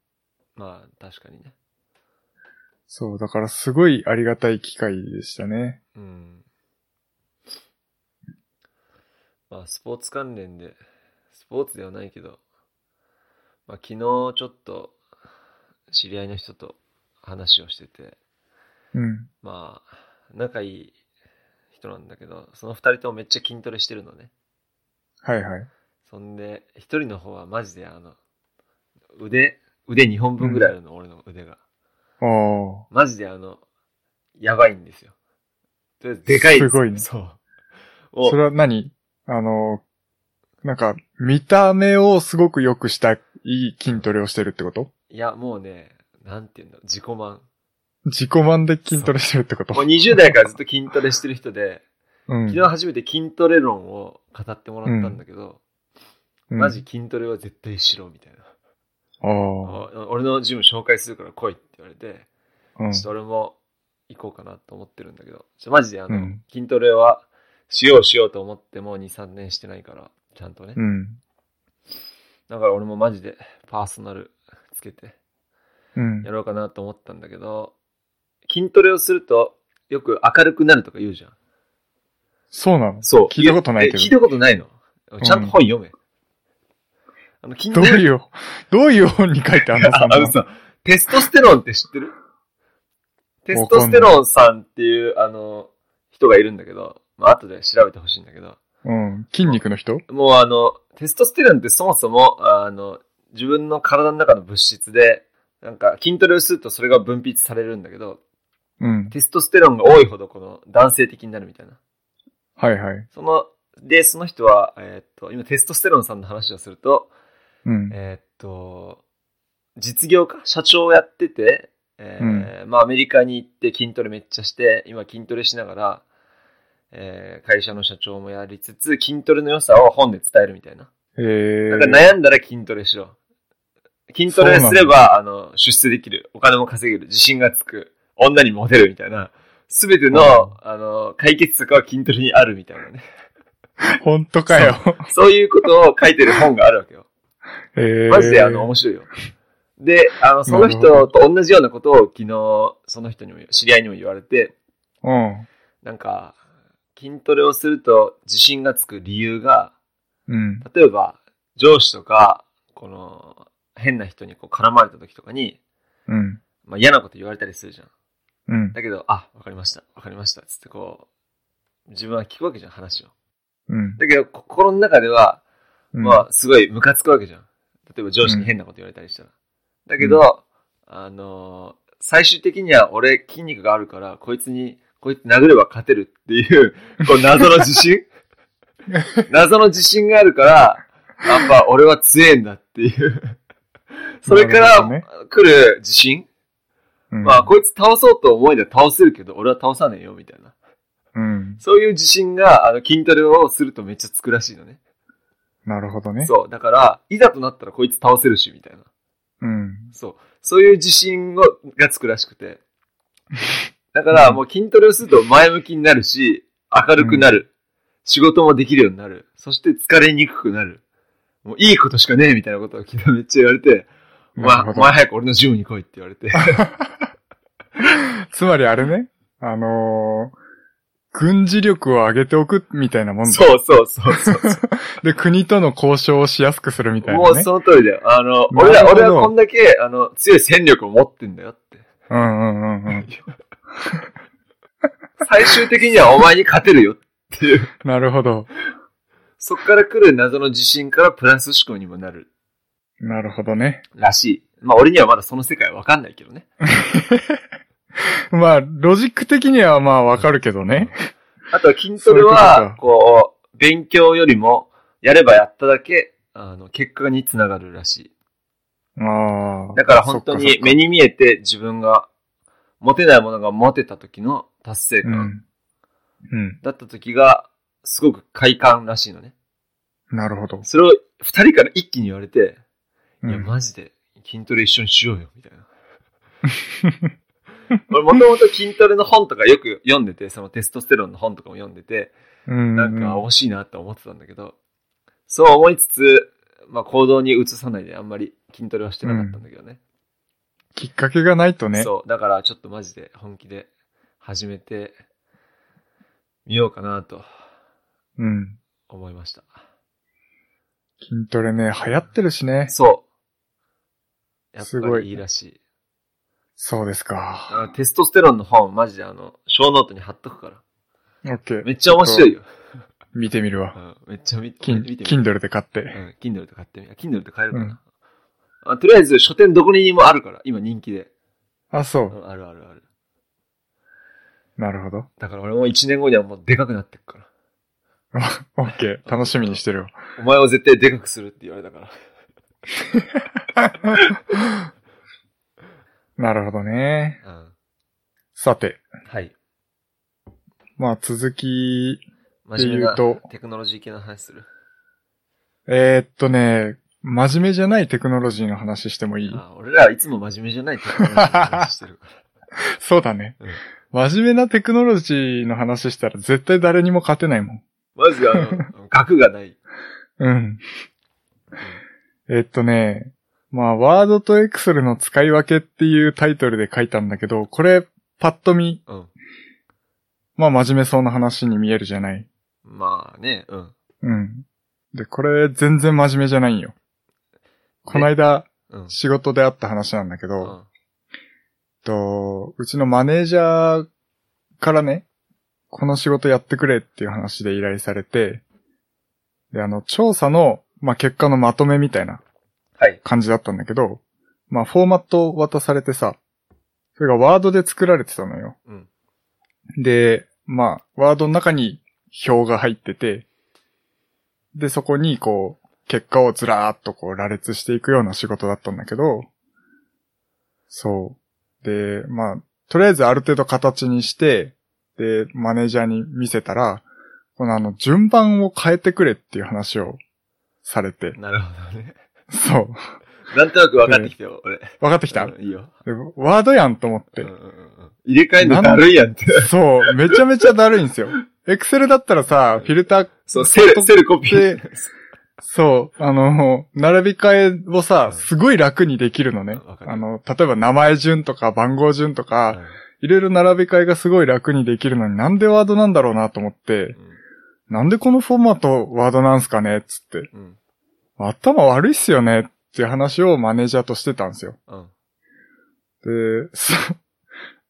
Speaker 1: まあ、確かにね。
Speaker 2: そう、だからすごいありがたい機会でしたね。
Speaker 1: うん。まあ、スポーツ関連で、スポーツではないけど、まあ、昨日ちょっと、知り合いの人と話をしてて、
Speaker 2: うん。
Speaker 1: まあ、仲いい人なんだけど、その二人ともめっちゃ筋トレしてるのね。
Speaker 2: はいはい。
Speaker 1: そんで、一人の方はマジであの、腕、腕2本分ぐらいあるの、俺の腕が。
Speaker 2: あ
Speaker 1: マジであの、やばいんですよ。とりあえずでかいです
Speaker 2: ごいね
Speaker 1: そう。
Speaker 2: あ。
Speaker 1: を
Speaker 2: それは何あの、なんか、見た目をすごく良くしたい筋トレをしてるってこと
Speaker 1: いや、もうね、なんていうんだろう、自己満。
Speaker 2: 自己満で筋トレしてるってこと
Speaker 1: もう20代からずっと筋トレしてる人で、
Speaker 2: うん。
Speaker 1: 昨日初めて筋トレ論を語ってもらったんだけど、
Speaker 2: うん
Speaker 1: マジ筋トレは絶対しろ、みたいな。
Speaker 2: ああ
Speaker 1: お俺のジム紹介するから来いって言われて、
Speaker 2: あ。うん
Speaker 1: ちょっ。と俺も行こうかなと思ってるんだけど、ちょマジであの、
Speaker 2: うん
Speaker 1: 筋トレはしようしようと思ってもう2、3年してないから、ちゃんとね。
Speaker 2: うん。
Speaker 1: だから俺もマジでパーソナルつけて
Speaker 2: うん
Speaker 1: や。ろうかなと思ったんだけど、筋トレをするとよく明るくなるとか言うじゃん。
Speaker 2: そうなの
Speaker 1: そう。
Speaker 2: 聞いたことないけ
Speaker 1: え
Speaker 2: ど
Speaker 1: 聞いたことないの。ちゃんと本読め。あの、筋
Speaker 2: ど
Speaker 1: ト
Speaker 2: う
Speaker 1: レ。
Speaker 2: いう、 [LAUGHS] どういう本に書いてあんの
Speaker 1: あ
Speaker 2: さん
Speaker 1: あのさ、テストステロンって知ってるテストステロンさんっていう、あの、人がいるんだけど、まあ、後で調べてほしいんだけど、
Speaker 2: うん。筋肉の人
Speaker 1: もうあの、テストステロンってそもそも、あの、自分の体の中の物質で、なんか筋トレをするとそれが分泌されるんだけど、
Speaker 2: うん。
Speaker 1: テストステロンが多いほどこの男性的になるみたいな。
Speaker 2: はいはい。
Speaker 1: その、で、その人は、えーっと、今テストステロンさんの話をすると、
Speaker 2: うん。
Speaker 1: えーっと、実業家、社長をやってて、えーまあ、アメリカに行って筋トレめっちゃして、今筋トレしながら、えー会社の社長もやりつつ、筋トレの良さを本で伝えるみたいな。
Speaker 2: へえ
Speaker 1: だ。から悩んだら筋トレしろ。筋トレすれば、あの、出世できる。お金も稼げる。自信がつく。女にモテるみたいな。すべての、
Speaker 2: うん
Speaker 1: あの、解決策は筋トレにあるみたいなね。
Speaker 2: 本当かよ。
Speaker 1: そういうことを書いてる本があるわけよ。
Speaker 2: へえ。
Speaker 1: マジであの、面白いよ。で、あの、その人と同じようなことを昨日、その人にも、知り合いにも言われて、
Speaker 2: うん。
Speaker 1: なんか、筋トレをすると自信がつく理由が、
Speaker 2: うん。
Speaker 1: 例えば、上司とか、この、変な人にこう絡まれた時とかに、
Speaker 2: うん。
Speaker 1: まあ、嫌なこと言われたりするじゃん。
Speaker 2: うん。
Speaker 1: だけど、あ、わかりました、わかりました、つってこう、自分は聞くわけじゃん、話を。
Speaker 2: うん。
Speaker 1: だけど、心の中では、
Speaker 2: うん
Speaker 1: まあ、すごいムカつくわけじゃん。例えば上司に変なこと言われたりしたら。だけど、あのー最終的には俺筋肉があるから、こいつに、こいつ殴れば勝てるっていう、こう謎の自
Speaker 2: [LAUGHS]
Speaker 1: 信謎の自信があるから、やっぱ俺は強えんだっていう。それか
Speaker 2: なるほ
Speaker 1: ら
Speaker 2: どね
Speaker 1: 来る自信、
Speaker 2: うん
Speaker 1: まあ、こいつ倒そうと思いで倒せるけど、俺は倒さねえよ、みたいな。
Speaker 2: うん。
Speaker 1: そういう自信が、あの、筋トレをするとめっちゃつくらしいのね。
Speaker 2: なるほどね。
Speaker 1: そう。だから、いざとなったらこいつ倒せるし、みたいな。
Speaker 2: うん。
Speaker 1: そう。そういう自信をがつくらしくて。だから、もう筋トレをすると前向きになるし、明るくなる。仕事もできるようになる。そして疲れにくくなる。もういいことしかねえみたいなことを昨日めっちゃ言われて、お前、
Speaker 2: なる
Speaker 1: お
Speaker 2: ほど
Speaker 1: 前早く俺のジムに来いって言われて。
Speaker 2: つまりあれね、あのー軍事力を上げておくみたいなもんだ。
Speaker 1: そうそうそうそう。
Speaker 2: で、国との交渉をしやすくす [LAUGHS] るみたい
Speaker 1: も
Speaker 2: な
Speaker 1: う
Speaker 2: ね。
Speaker 1: その通りだよ。あの、
Speaker 2: なるほど
Speaker 1: 俺ら、俺はこんだけ、あの、強い戦力を持ってんだよって。
Speaker 2: うんうんうんうん。
Speaker 1: 最終的にはお前に勝てるよっていう。
Speaker 2: なるほど。
Speaker 1: そっから来る謎の自信からプラス思考にもなる
Speaker 2: なるほどね。
Speaker 1: らしい。まあ俺にはまだその世界はわかんないけどね。
Speaker 2: まあ、ロジック的にはまあわかるけどね。
Speaker 1: あとは筋トレ
Speaker 2: そういう
Speaker 1: は、
Speaker 2: こ
Speaker 1: こう、勉強よりも、やればやっただけ、あの、結果につながるらしい。
Speaker 2: ああ。
Speaker 1: だから本当
Speaker 2: そっ
Speaker 1: に
Speaker 2: か
Speaker 1: 目に見えて自分が、持てないものが持てた時の達成
Speaker 2: そっか
Speaker 1: 感
Speaker 2: うん。
Speaker 1: だった時が、すごく快感らしいのね。
Speaker 2: うん。なるほど。
Speaker 1: それを二人から一気に言われて、
Speaker 2: う
Speaker 1: いや、
Speaker 2: ん。
Speaker 1: マジで、筋トレ一緒にしようよ、みたいな。
Speaker 2: [LAUGHS]
Speaker 1: 俺、もともと筋トレの本とかよく読んでて、そのテストステロンの本とかも読んでて、
Speaker 2: うん
Speaker 1: なんか惜しいなって思ってたんだけど、そう思いつつ、まあ、行動に移さないであんまり筋トレはしてなかったんだけどね。
Speaker 2: きっかけがないとね。
Speaker 1: そう、だからちょっとマジで本気で始めてみようかなと
Speaker 2: うん。
Speaker 1: 思いました。
Speaker 2: 筋トレね、流行ってるしね。
Speaker 1: そう。やっ
Speaker 2: す
Speaker 1: ぱ
Speaker 2: ごい
Speaker 1: りいいらしい。
Speaker 2: そうです
Speaker 1: あの
Speaker 2: か。
Speaker 1: テストステロンの本、マジであの、小ノートに貼っとくから。
Speaker 2: オッケー。
Speaker 1: めっちゃ面白いよ。
Speaker 2: 見てみる
Speaker 1: う
Speaker 2: わ。
Speaker 1: ん、めっちゃ見て
Speaker 2: キン、
Speaker 1: 見てみ
Speaker 2: Kindle で買っ
Speaker 1: う
Speaker 2: て。
Speaker 1: ん、Kindle で買ってみる。Kindle で買えるかな、あ。とりあえず書店どこにもあるから、今人気で。
Speaker 2: あ、そうう。
Speaker 1: ん、あるあるある。
Speaker 2: なるほど。
Speaker 1: だから俺も1年後にはもうでかくなってくから。
Speaker 2: オッケー。楽しみにしてるわ。
Speaker 1: お前を絶対でかくするって言われたから。
Speaker 2: なるほどね。
Speaker 1: うん。
Speaker 2: さて、
Speaker 1: はい。
Speaker 2: まあ続きで
Speaker 1: 真面
Speaker 2: 言
Speaker 1: 目な
Speaker 2: うと、
Speaker 1: テクノロジー系の話する。
Speaker 2: えー、っとね、真面目じゃないテクノロジーの話してもいい
Speaker 1: あ俺らはいつも真面目じゃないって話
Speaker 2: [LAUGHS]
Speaker 1: してる。
Speaker 2: そうだね、
Speaker 1: う
Speaker 2: 真面目なテクノロジーの話したら絶対誰にも勝てないもん。
Speaker 1: まずあの、額がない。
Speaker 2: うん。えっとね、まあ、ワードとエクセルの使い分けっていうタイトルで書いたんだけど、これ、パッと見、
Speaker 1: うん。
Speaker 2: まあ、真面目そうな話に見えるじゃない。
Speaker 1: まあね、うん。
Speaker 2: うん。で、これ、全然真面目じゃないんよ。この間、
Speaker 1: うん。
Speaker 2: 仕事であった話なんだけ
Speaker 1: う
Speaker 2: ど、
Speaker 1: ん
Speaker 2: えっと、うちのマネージャーからね、この仕事やってくれっていう話で依頼されて、で、あの、調査の、まあ、結果のまとめみたいな
Speaker 1: はい。
Speaker 2: 感じだったんだけど、まあ、フォーマットを渡されてさ、それがワードで作られてたのよ。
Speaker 1: うん。
Speaker 2: で、まあ、ワードの中に表が入ってて、で、そこにこう、結果をずらーっとこう羅列していくような仕事だったんだけど、そう。で、まあ、とりあえずある程度形にして、で、マネージャーに見せたら、このあの、順番を変えてくれっていう話をされて、
Speaker 1: なるほどね。
Speaker 2: そう。
Speaker 1: なんとなく分かってきたよ、俺。
Speaker 2: 分かってきた、
Speaker 1: うんいいよ。
Speaker 2: でワードやんと思って
Speaker 1: うんう。んうん入れ替えんのだるいやんって。
Speaker 2: そう、めちゃめちゃだるいんですよ。エクセルだったらさ、フィルター、
Speaker 1: そう、セル、セルコピー。
Speaker 2: そう、あの、並び替えを
Speaker 1: う
Speaker 2: さ
Speaker 1: ん、
Speaker 2: すごい楽にできるのね
Speaker 1: わ。かる
Speaker 2: あの、例えば名前順とか番号順とか、いろいろ並び替えがすごい楽にできるのになんでワードなんだろうなと思って
Speaker 1: う、ん
Speaker 2: なんでこのフォーマットワードなんすかねっつって、
Speaker 1: うん。
Speaker 2: 頭悪いっすよねっていう話をマネージャーとしてたんですよ。
Speaker 1: うん。
Speaker 2: で、そう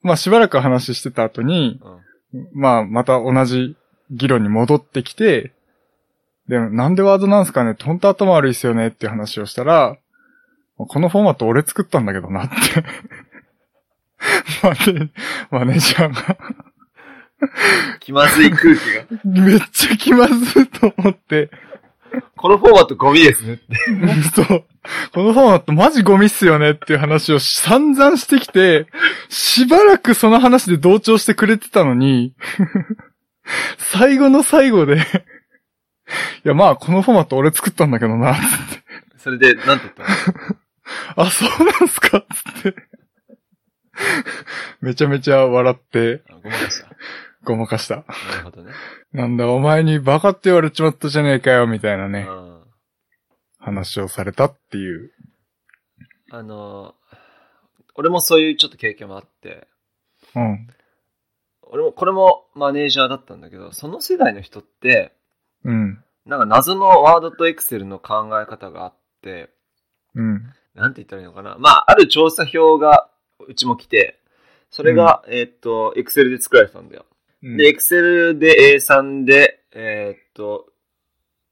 Speaker 2: まあしばらく話してた後に、
Speaker 1: うん。
Speaker 2: まあ、また同じ議論に戻ってきて、でも、なんでワードなんすかねって本当頭悪いっすよねっていう話をしたら、このフォーマット俺作ったんだけどなって。 [LAUGHS] マネ、マネージャーが、
Speaker 1: 気まずい空気が。
Speaker 2: めっちゃ気まずいと思って、
Speaker 1: このフォーマットゴミですね。
Speaker 2: [LAUGHS] そう。このフォーマットマジゴミっすよねっていう話を散々してきて、しばらくその話で同調してくれてたのに、 [LAUGHS] 最後の最後で、いやまあこのフォーマット俺作ったんだけどな、
Speaker 1: それで、なんて言ったの
Speaker 2: あ、そうなんすかつって。めちゃめちゃ笑って
Speaker 1: あごまかした。
Speaker 2: ごまかした。
Speaker 1: なるほどね。
Speaker 2: なんだお前にバカって言われちまったじゃねえかよ、みたいな
Speaker 1: う
Speaker 2: ね、
Speaker 1: ん。
Speaker 2: 話をされたっていう。
Speaker 1: あのー、俺もそういうちょっと経験もあって、
Speaker 2: うん。
Speaker 1: 俺も、これもマネージャーだったんだけど、その世代の人って、
Speaker 2: うん。
Speaker 1: なんか謎のワードとエクセルの考え方があって、
Speaker 2: うん。
Speaker 1: なんて言ったらいいのかな。まあ、ある調査票がうちも来て、それが、えーっと、エクセルで作られてたんだよ。で、エクセルで A3 で、えーっと、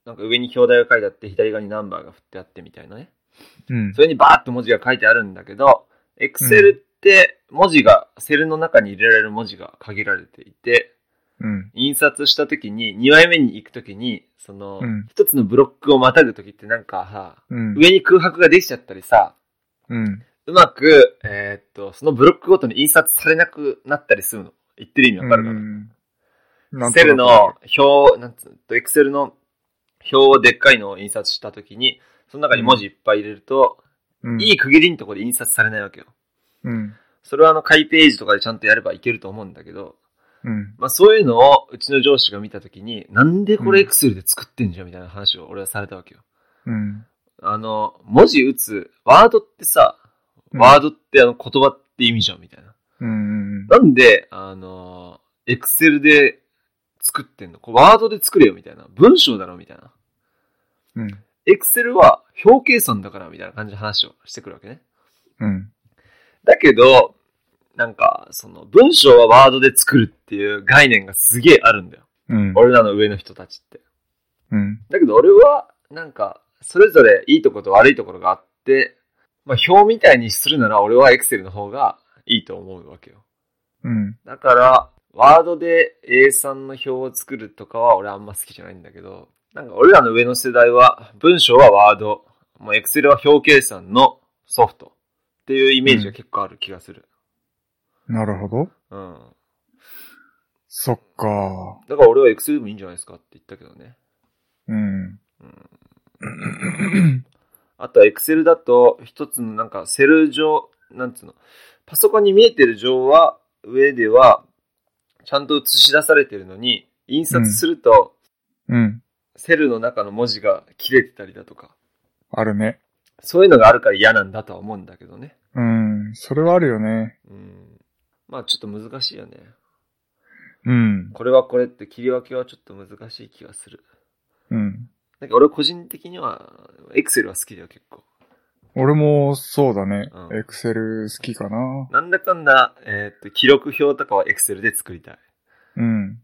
Speaker 1: なんか上に表題が書いてあって、左側にナンバーが振ってあってみたいなね。
Speaker 2: うん。
Speaker 1: それにバーッと文字が書いてあるんだけど、Excel って文字が、セルの中に入れられる文字が限られていて、
Speaker 2: うん。
Speaker 1: 印刷した時に、2枚目に行く時に、その
Speaker 2: うん、
Speaker 1: 一、つのブロックをまたぐ時ってなんかさ、
Speaker 2: うん。
Speaker 1: 上に空白ができちゃったりさ、
Speaker 2: うん。
Speaker 1: うまく、えーっと、そのブロックごとに印刷されなくなったりするの。言ってる意味わかるかな、
Speaker 2: なんとなく
Speaker 1: セルの表、なんつうと、Excel の表をでっかいのを印刷した時に、その中に文字いっぱい入れると、
Speaker 2: うん、
Speaker 1: いい区切りのところで印刷されないわけよ。
Speaker 2: うん。
Speaker 1: それはあの、開ページとかでちゃんとやればいけると思うんだけど、
Speaker 2: うん。
Speaker 1: まあそういうのをうちの上司が見たときに、なんでこれ
Speaker 2: うん
Speaker 1: Excel で作ってんじゃんみたいな話を俺はされたわけよ。
Speaker 2: うん。
Speaker 1: あの、文字打つ、ワードってさ、
Speaker 2: うん
Speaker 1: ワードってあの言葉って意味じゃんみたいな。
Speaker 2: うん。
Speaker 1: なんで、あの、Excel で作ってんのこうワードで作れよみたいな。文章だろみたいな。
Speaker 2: うん。
Speaker 1: Excel は表計算だからみたいな感じの話をしてくるわけね。
Speaker 2: うん。
Speaker 1: だけど、なんか、その、文章はワードで作るっていう概念がすげえあるんだよ。
Speaker 2: うん。
Speaker 1: 俺らの上の人たちって。
Speaker 2: うん。
Speaker 1: だけど俺は、なんか、それぞれいいところと悪いところがあって、まあ、表みたいにするなら俺は Excel の方がいいと思うわけよ。
Speaker 2: うん。
Speaker 1: だから、ワードで A3 の表を作るとかは俺あんま好きじゃないんだけど、なんか俺らの上の世代は、文章はワード、もう Excel は表計算のソフトっていうイメージが結構ある気がする。
Speaker 2: なるほど。
Speaker 1: うん
Speaker 2: そっか。
Speaker 1: だから俺は Excel でもいいんじゃないですかって言ったけどね。
Speaker 2: うん。
Speaker 1: うん、あとは Excel だと、一つのなんかセル上、なんつうの、パソコンに見えてる上は、上では、ちゃんと映し出されてるのに、印刷すると、
Speaker 2: うん。
Speaker 1: セルの中の文字が切れてたりだとか、
Speaker 2: あるね。
Speaker 1: そういうのがあるから嫌なんだとは思うんだけどね。
Speaker 2: うん。それはあるよね。
Speaker 1: うん。まあちょっと難しいよね。
Speaker 2: うん。
Speaker 1: これはこれって切り分けはちょっと難しい気がする。
Speaker 2: うん。
Speaker 1: なんか俺個人的には、Excel は好きだよ結構。
Speaker 2: 俺もそうだね
Speaker 1: うん。
Speaker 2: エクセル好きかな。
Speaker 1: なんだかんだ、えーっと、記録表とかは Excel で作りたい。
Speaker 2: うん。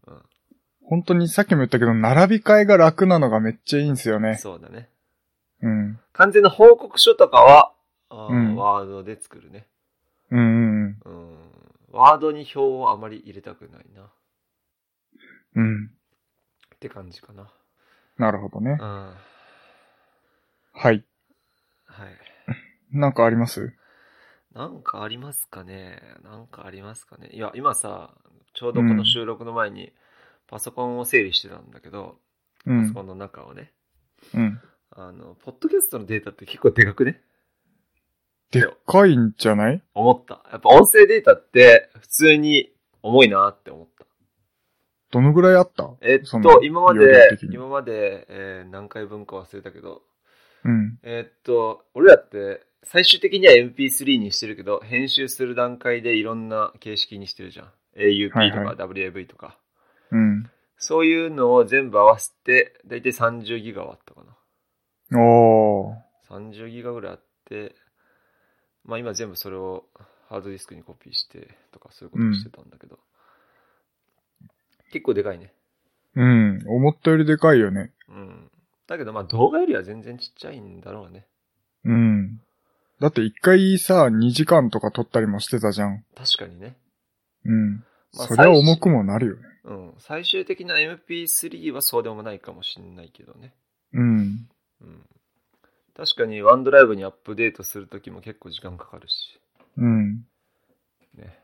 Speaker 2: 本当にさっきも言ったけど、並び替えが楽なのがめっちゃいいんすよね。
Speaker 1: そうだね。
Speaker 2: うん。
Speaker 1: 完全な報告書とかは、あー
Speaker 2: うん
Speaker 1: ワードで作るね。
Speaker 2: うんうん
Speaker 1: うん。ワードに表をあまり入れたくないな。っ
Speaker 2: うん。うん。
Speaker 1: て感じかな。
Speaker 2: なるほどね
Speaker 1: う。ん。は
Speaker 2: はい。
Speaker 1: い。
Speaker 2: なんかあります
Speaker 1: なんかありますかねなんかありますかねいや、今さ、ちょうどこの収録の前に、パソコンを整理してたんだけど、
Speaker 2: う
Speaker 1: パソ
Speaker 2: ん
Speaker 1: コ。ンの中をね。
Speaker 2: うん。
Speaker 1: あの、ポッドキャストのデータって結構でかくね
Speaker 2: でっかいんじゃない
Speaker 1: 思った。やっぱ音声データって、普通に重いなって思った。
Speaker 2: どのぐらいあった
Speaker 1: えっ
Speaker 2: その
Speaker 1: と、今ま
Speaker 2: 容量
Speaker 1: で
Speaker 2: 的、に
Speaker 1: 今まで、えー何回分か忘れたけど、
Speaker 2: うん。
Speaker 1: えっと、俺らって、最終的には MP3 にしてるけど、編集する段階でいろんな形式にしてるじゃん。AUP と
Speaker 2: はいは
Speaker 1: か WAV とか。
Speaker 2: うん。
Speaker 1: そういうのを全部合わせて、だいたい30ギガはあったかな。
Speaker 2: おー。
Speaker 1: 30ギガぐらいあって、まあ今全部それをハードディスクにコピーしてとかそういうことをしてたんだけど、結構でかいね。
Speaker 2: うん。思ったよりでかいよね。
Speaker 1: うん。だけどまあ動画よりは全然ちっちゃいんだろうね。
Speaker 2: うん。だって一回さ、2時間とか撮ったりもしてたじゃん。
Speaker 1: 確かにね。
Speaker 2: うん。
Speaker 1: まあ
Speaker 2: そりゃ重くもなるよね。
Speaker 1: うん。最終的な MP3 はそうでもないかもしんないけどね。
Speaker 2: うん。
Speaker 1: うん。確かにワンドライブにアップデートするときも結構時間かかるし。
Speaker 2: うん。
Speaker 1: ね。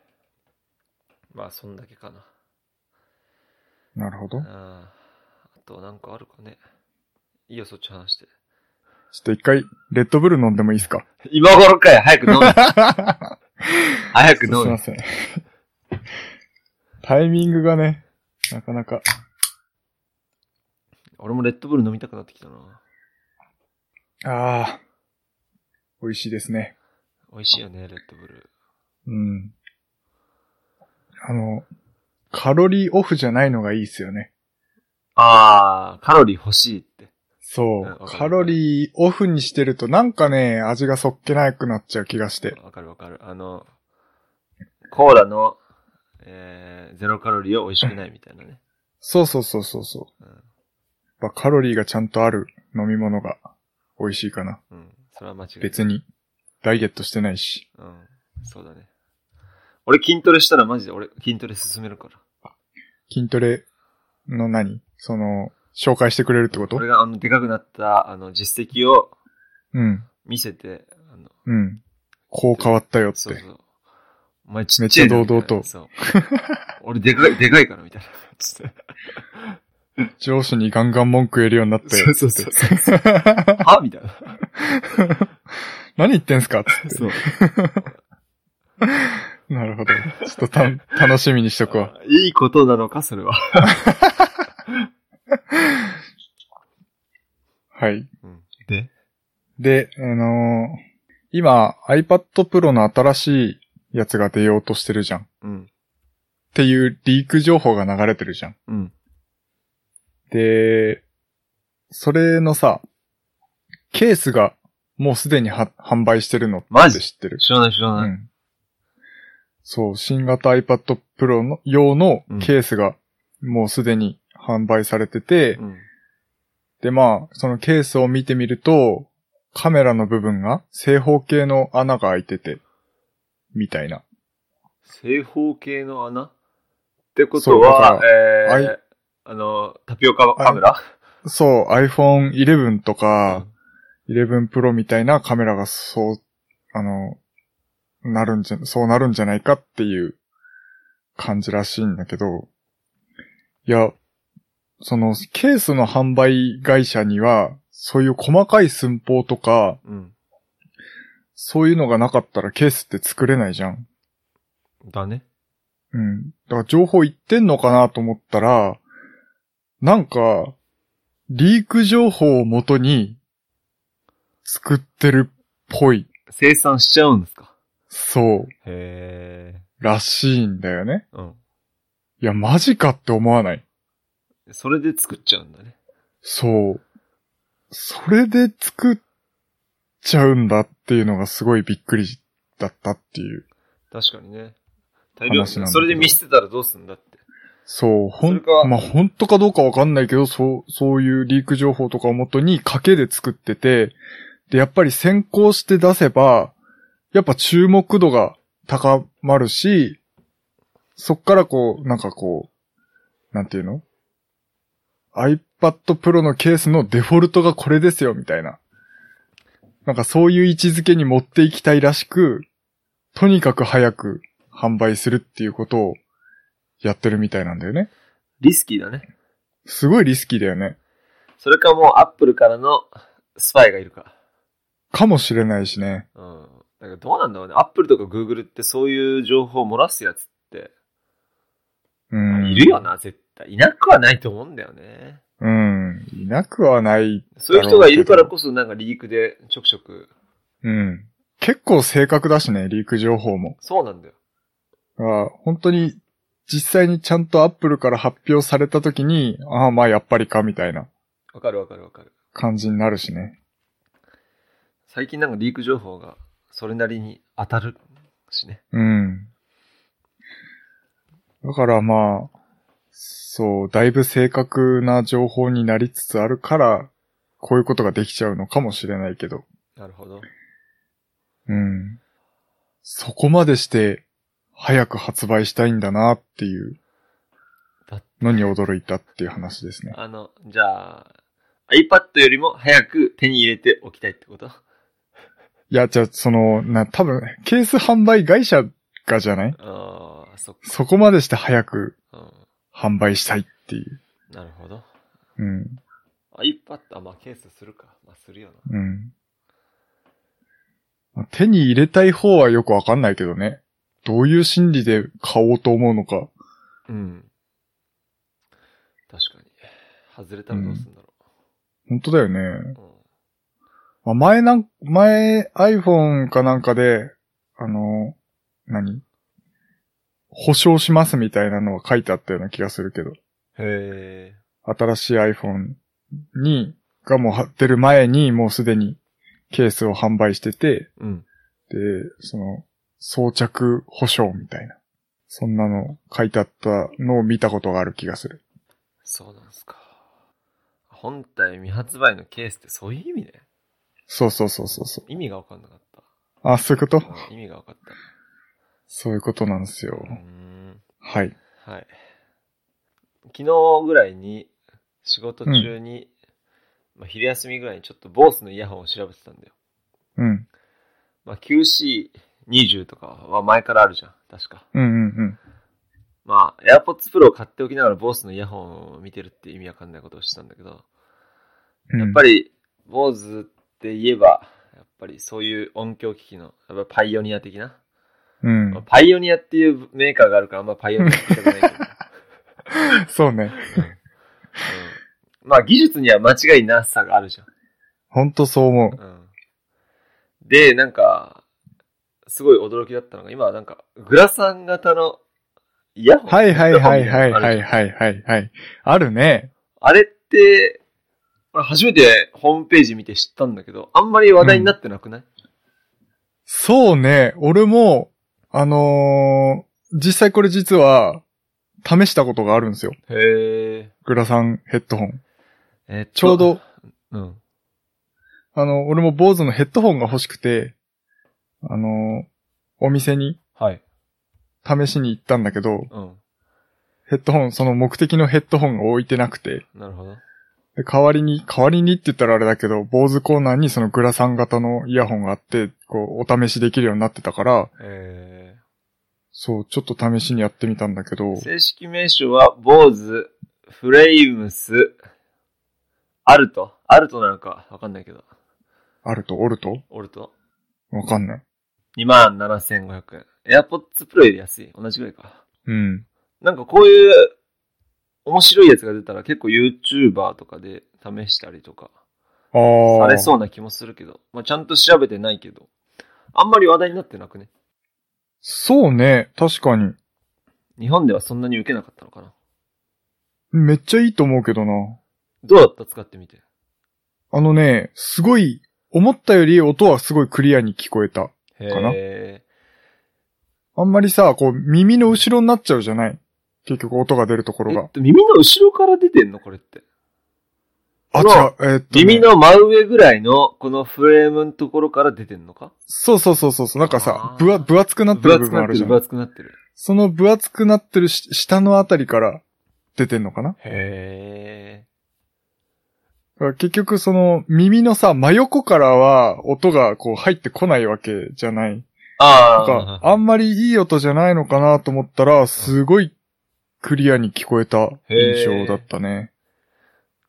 Speaker 1: まあそんだけかな。
Speaker 2: なるほど。ちょ
Speaker 1: あーあとなんかあるかね。いいよ、そっち話して。
Speaker 2: っと一回、レッドブル飲んでもいいですか
Speaker 1: 今頃かい早く飲 [LAUGHS] め早
Speaker 2: [LAUGHS] すいません。タイミングがね、なかなか。
Speaker 1: 俺もレッドブル飲みたくなってきたな。
Speaker 2: ああ。美味しいですね。
Speaker 1: 美味しいよね、レッドブル。
Speaker 2: うん。あの、カロリーオフじゃないのがいいっすよね。
Speaker 1: あー、カロリー欲しいって。
Speaker 2: そ
Speaker 1: うんわか
Speaker 2: う。
Speaker 1: る
Speaker 2: カロリーオフにしてるとなんかね、味がそっけなくなっちゃう気がして。
Speaker 1: わかるわかる。あの、コーラの、えー、ゼロカロリーは美味しくないみたいなね。
Speaker 2: そうそうそうそうそう。
Speaker 1: うん。
Speaker 2: やっぱカロリーがちゃんとある飲み物が美味しいかな。
Speaker 1: うん。それは間違いない。
Speaker 2: 別。に、ダイエットしてないし。
Speaker 1: うん。そうだね。俺筋トレしたらマジで俺筋トレ進めるから。
Speaker 2: 筋トレの何その、紹介してくれるってこと
Speaker 1: 俺があの、でかくなった、あの、実績を
Speaker 2: うん。
Speaker 1: 見せて、あの、
Speaker 2: うん。こう変わったよっ
Speaker 1: そう
Speaker 2: て。
Speaker 1: そう。お前ちっちゃいな
Speaker 2: めっちゃ堂々と
Speaker 1: みたいなそう。 [LAUGHS] 俺でかい、でかいからみたいな。つって
Speaker 2: 上司にガンガン文句言えるようになったよ。
Speaker 1: そうそうそう。
Speaker 2: [LAUGHS]
Speaker 1: はみたいな。
Speaker 2: 何言ってんすかつって。
Speaker 1: そう。
Speaker 2: なるほど。ちょっとたん楽しみにしとくわ。
Speaker 1: いいことなのか、それは。
Speaker 2: はい。
Speaker 1: で
Speaker 2: で、あのー今 iPad Pro の新しいやつが出ようとしてるじゃん。っ
Speaker 1: うん。
Speaker 2: ていうリーク情報が流れてるじゃん。
Speaker 1: うん。
Speaker 2: で、それのさ、ケースがもうすでには販売してるのっ
Speaker 1: マジ
Speaker 2: て知ってる。
Speaker 1: 知らない知ら
Speaker 2: う
Speaker 1: ない。
Speaker 2: ん。そう、新型 iPad Pro の用のケースがもうすでに販売されてて、
Speaker 1: うん。
Speaker 2: で、まあ、そのケースを見てみると、カメラの部分が正方形の穴が開いてて、みたいな。
Speaker 1: 正方形の穴ってこ
Speaker 2: そ
Speaker 1: と
Speaker 2: う
Speaker 1: は
Speaker 2: だか、
Speaker 1: えー、あの、タピオカカメラ
Speaker 2: そう、iPhone 11とか
Speaker 1: う、
Speaker 2: 11 Pro みたいなカメラがそう、あの、なるんじゃ、そうなるんじゃないかっていう感じらしいんだけど、いや、その、ケースの販売会社には、そういう細かい寸法とか、
Speaker 1: んうん。
Speaker 2: そういうのがなかったらケースって作れないじゃん。
Speaker 1: だね。
Speaker 2: うん。だから情報言ってんのかなと思ったら、なんか、リーク情報をもとに作ってるっぽい。
Speaker 1: 生産しちゃうんですか
Speaker 2: そう。
Speaker 1: へ
Speaker 2: らしいんだよね。
Speaker 1: え。うん。
Speaker 2: いや、マジかって思わない。
Speaker 1: それで作っちゃうんだね。
Speaker 2: そう。それで作っちゃうんだっていうのがすごいびっくりだったっていう。
Speaker 1: 確かにね。大量に
Speaker 2: 話なんだけど
Speaker 1: それで見捨てたらどうすんだって。
Speaker 2: そう、ほ
Speaker 1: そ
Speaker 2: ん
Speaker 1: れか、
Speaker 2: まあ、本当かどうかわかんないけど、そう、そういうリーク情報とかをもとに賭けで作ってて、で、やっぱり先行して出せば、やっぱ注目度が高まるし、そっからこう、なんかこう、なんていうの ?iPad Pro のケースのデフォルトがこれですよ、みたいな。なんかそういう位置づけに持っていきたいらしく、とにかく早く販売するっていうことをやってるみたいなんだよね。
Speaker 1: リスキーだね。
Speaker 2: すごいリスキーだよね。
Speaker 1: それかもうアップルからのスパイがいるか。
Speaker 2: かもしれないしね。
Speaker 1: うん。だからどうなんだろうね。アップルとかグーグルってそういう情報を漏らすやつって、
Speaker 2: うん。
Speaker 1: いるよな、絶対。いなくはないと思うんだよね。
Speaker 2: うん。いなくはない。
Speaker 1: そういう人がいるからこそなんかリークでちょくちょく。
Speaker 2: うん。結構正確だしね、リーク情報も。
Speaker 1: そうなんだよ。
Speaker 2: あ本当に、実際にちゃんとアップルから発表された時に、ああ、まあやっぱりか、みたいな
Speaker 1: わかるわかるわかる。
Speaker 2: 感じになるしね。
Speaker 1: 最近なんかリーク情報がそれなりに当たるしね。
Speaker 2: うん。だからまあ、そう、だいぶ正確な情報になりつつあるから、こういうことができちゃうのかもしれないけど。
Speaker 1: なるほど。
Speaker 2: うん。そこまでして、早く発売したいんだなっていう
Speaker 1: だっ
Speaker 2: のに驚いたっていう話ですね。
Speaker 1: あの、じゃあ、iPad よりも早く手に入れておきたいってこと
Speaker 2: いや、じゃあ、その、な、多分、ケース販売会社がじゃない
Speaker 1: ああ、そっ
Speaker 2: そこまでして早く
Speaker 1: か。
Speaker 2: 販売したいっていう。
Speaker 1: うん。なるほど。
Speaker 2: うん。
Speaker 1: iPad、あ、まあケースするか。まあするよな。
Speaker 2: うん。まあ手に入れたい方はよくわかんないけどね。どういう心理で買おうと思うのか。
Speaker 1: うん。確かに。外れたらどうすんだろ
Speaker 2: 本当だよね。
Speaker 1: う。うん。
Speaker 2: まあ前なん、前 iPhone かなんかで、あの、何保証しますみたいなのは書いてあったような気がするけど、
Speaker 1: へえ。
Speaker 2: 新しい iPhone に、がもう出る前にもうすでにケースを販売してて、
Speaker 1: うん。
Speaker 2: で、その、装着保証みたいな。そんなの書いてあったのを見たことがある気がする。
Speaker 1: そうなんすか。本体未発売のケースってそういう意味ね。
Speaker 2: そうそうそうそうそう。
Speaker 1: 意味が分かんなかった。
Speaker 2: あ、そういうこと
Speaker 1: うん意味が分かっ
Speaker 2: そういうことなんですよ
Speaker 1: た。う。ーん。
Speaker 2: はい。
Speaker 1: はい。昨日ぐらいに、仕事中に、まあ、昼休みぐらいにちょっとボースのイヤホンを調べてたんだよ。
Speaker 2: うん。
Speaker 1: まあ、QC20 とかは前からあるじゃん。確か。
Speaker 2: うんうん
Speaker 1: まあ、AirPods Pro を買っておきながらボースのイヤホンを見てるって意味わかんないことをしてたんだけど、
Speaker 2: うん。
Speaker 1: やっぱ
Speaker 2: り、
Speaker 1: り、ボーズって言えば、やっぱりそういう音響機器の、やっぱパイオニア的な。
Speaker 2: うん
Speaker 1: まあ。パイオニアっていうメーカーがあるから、あんまパイオニアって言いたくないけど。
Speaker 2: そうね。
Speaker 1: うんまあ技術には間違いなさがあるじ
Speaker 2: ほんとそう思
Speaker 1: ゃん。うん、で、なんか、すごい驚きだったのが、今はなんか、グラサン型のイヤホ
Speaker 2: う。
Speaker 1: ン
Speaker 2: はいはいはいはい
Speaker 1: あるじゃん
Speaker 2: はいはいはいはい。あるね。
Speaker 1: あれって、俺初めてホームページ見て知ったんだけど、あんまり話題になってなくない、
Speaker 2: そうね。俺も、あのー実際これ実は、試したことがあるんですよ。
Speaker 1: へえ。
Speaker 2: グラサンヘッドホン。
Speaker 1: えっと
Speaker 2: ちょうど、、
Speaker 1: うん。
Speaker 2: あの、俺も坊主のヘッドホンが欲しくて、あのーお店に
Speaker 1: はい。
Speaker 2: 試しに行ったんだけど、
Speaker 1: うん。
Speaker 2: ヘッドホン、その目的のヘッドホンが置いてなくて、
Speaker 1: なるほど。
Speaker 2: で代わりに、代わりにって言ったらあれだけど、坊主コーナーにそのグラサン型のイヤホンがあって、こう、お試しできるようになってたから、
Speaker 1: え
Speaker 2: そう、ちょっと試しにやってみたんだけど
Speaker 1: ー、、正式名称は、坊主、フレイムス、アルト。アルトなのかわかんないけど。
Speaker 2: あると、おると
Speaker 1: オルト
Speaker 2: わかんない。
Speaker 1: 27,500円。AirPods Pro より安い。同じぐらいか。
Speaker 2: うん。
Speaker 1: なんかこういう面白いやつが出たら結構 YouTuber とかで試したりとか
Speaker 2: あ
Speaker 1: さ
Speaker 2: あ。
Speaker 1: れそうな気もするけど、まあちゃんと調べてないけど、あんまり話題になってなくね。
Speaker 2: そうね。確かに。
Speaker 1: 日本ではそんなに受けなかったのかな。
Speaker 2: めっちゃいいと思うけどな。
Speaker 1: どうだった使ってみて。
Speaker 2: あのね、すごい、思ったより音はすごいクリアに聞こえた。
Speaker 1: へ
Speaker 2: かな
Speaker 1: え。
Speaker 2: あんまりさ、こう、耳の後ろになっちゃうじゃない結局音が出るところ
Speaker 1: え
Speaker 2: が
Speaker 1: っ。と、耳の後ろから出てんのこれって。
Speaker 2: あ、違
Speaker 1: この
Speaker 2: う、えーっとね、
Speaker 1: 耳の真上ぐらいの、このフレームのところから出てんのか
Speaker 2: そうそうそうそうそう、なんかさ
Speaker 1: あ、ー
Speaker 2: 分厚分厚くなって
Speaker 1: 分
Speaker 2: る
Speaker 1: 厚く
Speaker 2: 部分
Speaker 1: なっ
Speaker 2: あ
Speaker 1: て
Speaker 2: るじ
Speaker 1: る、
Speaker 2: ゃ
Speaker 1: 分
Speaker 2: ん。
Speaker 1: 厚くなってる。
Speaker 2: その分厚くなってるし下のあたりから出てんのかな
Speaker 1: へ
Speaker 2: 結局その耳のさ、真横からは音がこう入ってこないわけじゃない。
Speaker 1: え。
Speaker 2: なん
Speaker 1: あ
Speaker 2: か、
Speaker 1: あ。
Speaker 2: あんまりいい音じゃないのかなと思ったら、すごいクリアに聞こえた印象だったね。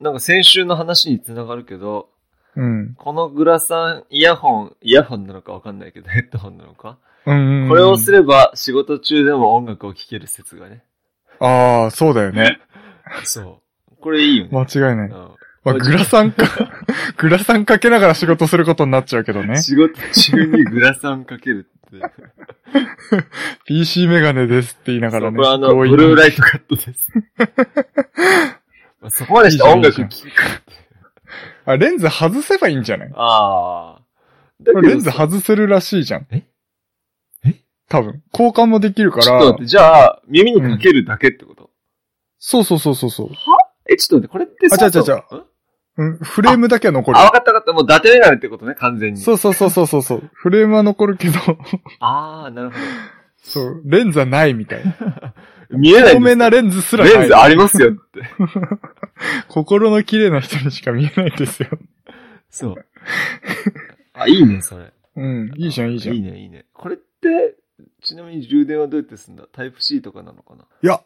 Speaker 1: なんか先週の話につながるけど、
Speaker 2: うん。
Speaker 1: このグラサン、イヤホン、イヤホンなのかわかんないけど、ヘッドホンなのか、
Speaker 2: うんうんうん。
Speaker 1: これをすれば仕事中でも音楽を聴ける説がね。
Speaker 2: ああ、そうだよね。
Speaker 1: そう。これいいよね。
Speaker 2: 間違いない。
Speaker 1: うん
Speaker 2: まあ、グラサ
Speaker 1: [LAUGHS]
Speaker 2: ンか、グラサンかけながら仕事することになっちゃうけどね。
Speaker 1: 仕事中にグラサンかけるって。
Speaker 2: PC メガネですって言いなが
Speaker 1: そ
Speaker 2: ら
Speaker 1: う
Speaker 2: ね。
Speaker 1: これあの、
Speaker 2: 遠い
Speaker 1: ブルーライトカットです。
Speaker 2: [LAUGHS]
Speaker 1: まあそこまでして音楽聴くかって。
Speaker 2: あ、レンズ外せばいいんじゃない
Speaker 1: ああ。だ
Speaker 2: これレンズ外せるらしいじゃん。
Speaker 1: ええ
Speaker 2: 多分。交換もできるか
Speaker 1: ちょっと
Speaker 2: ら
Speaker 1: 待っ。て、じゃあ、耳にかけるだけってこと、
Speaker 2: そうそうそうそうそう。
Speaker 1: え、ちょっと待って、これって
Speaker 2: あ違う違う違う
Speaker 1: う。ん
Speaker 2: うん、フレームだけは残る
Speaker 1: あ、。わかったわかった。もう伊達メガネってことね、完全に。
Speaker 2: そうそうそうそうそうそう。フレームは残るけど、 [LAUGHS]
Speaker 1: ああ、なるほ
Speaker 2: そう、レンズはないみたいな。
Speaker 1: ど。見えない
Speaker 2: 透
Speaker 1: んで
Speaker 2: 明
Speaker 1: す
Speaker 2: なレンズすらない。
Speaker 1: レンズありますよって。
Speaker 2: 心の綺麗な人にしか見えないですよ。
Speaker 1: そう。 [LAUGHS] あ、いいね、それ。
Speaker 2: うん、いいじゃん、いいじゃん。
Speaker 1: い
Speaker 2: い
Speaker 1: いね、いいね。これって、ちなみに充電はどうやってすんだタイプ C とかなのかな
Speaker 2: や、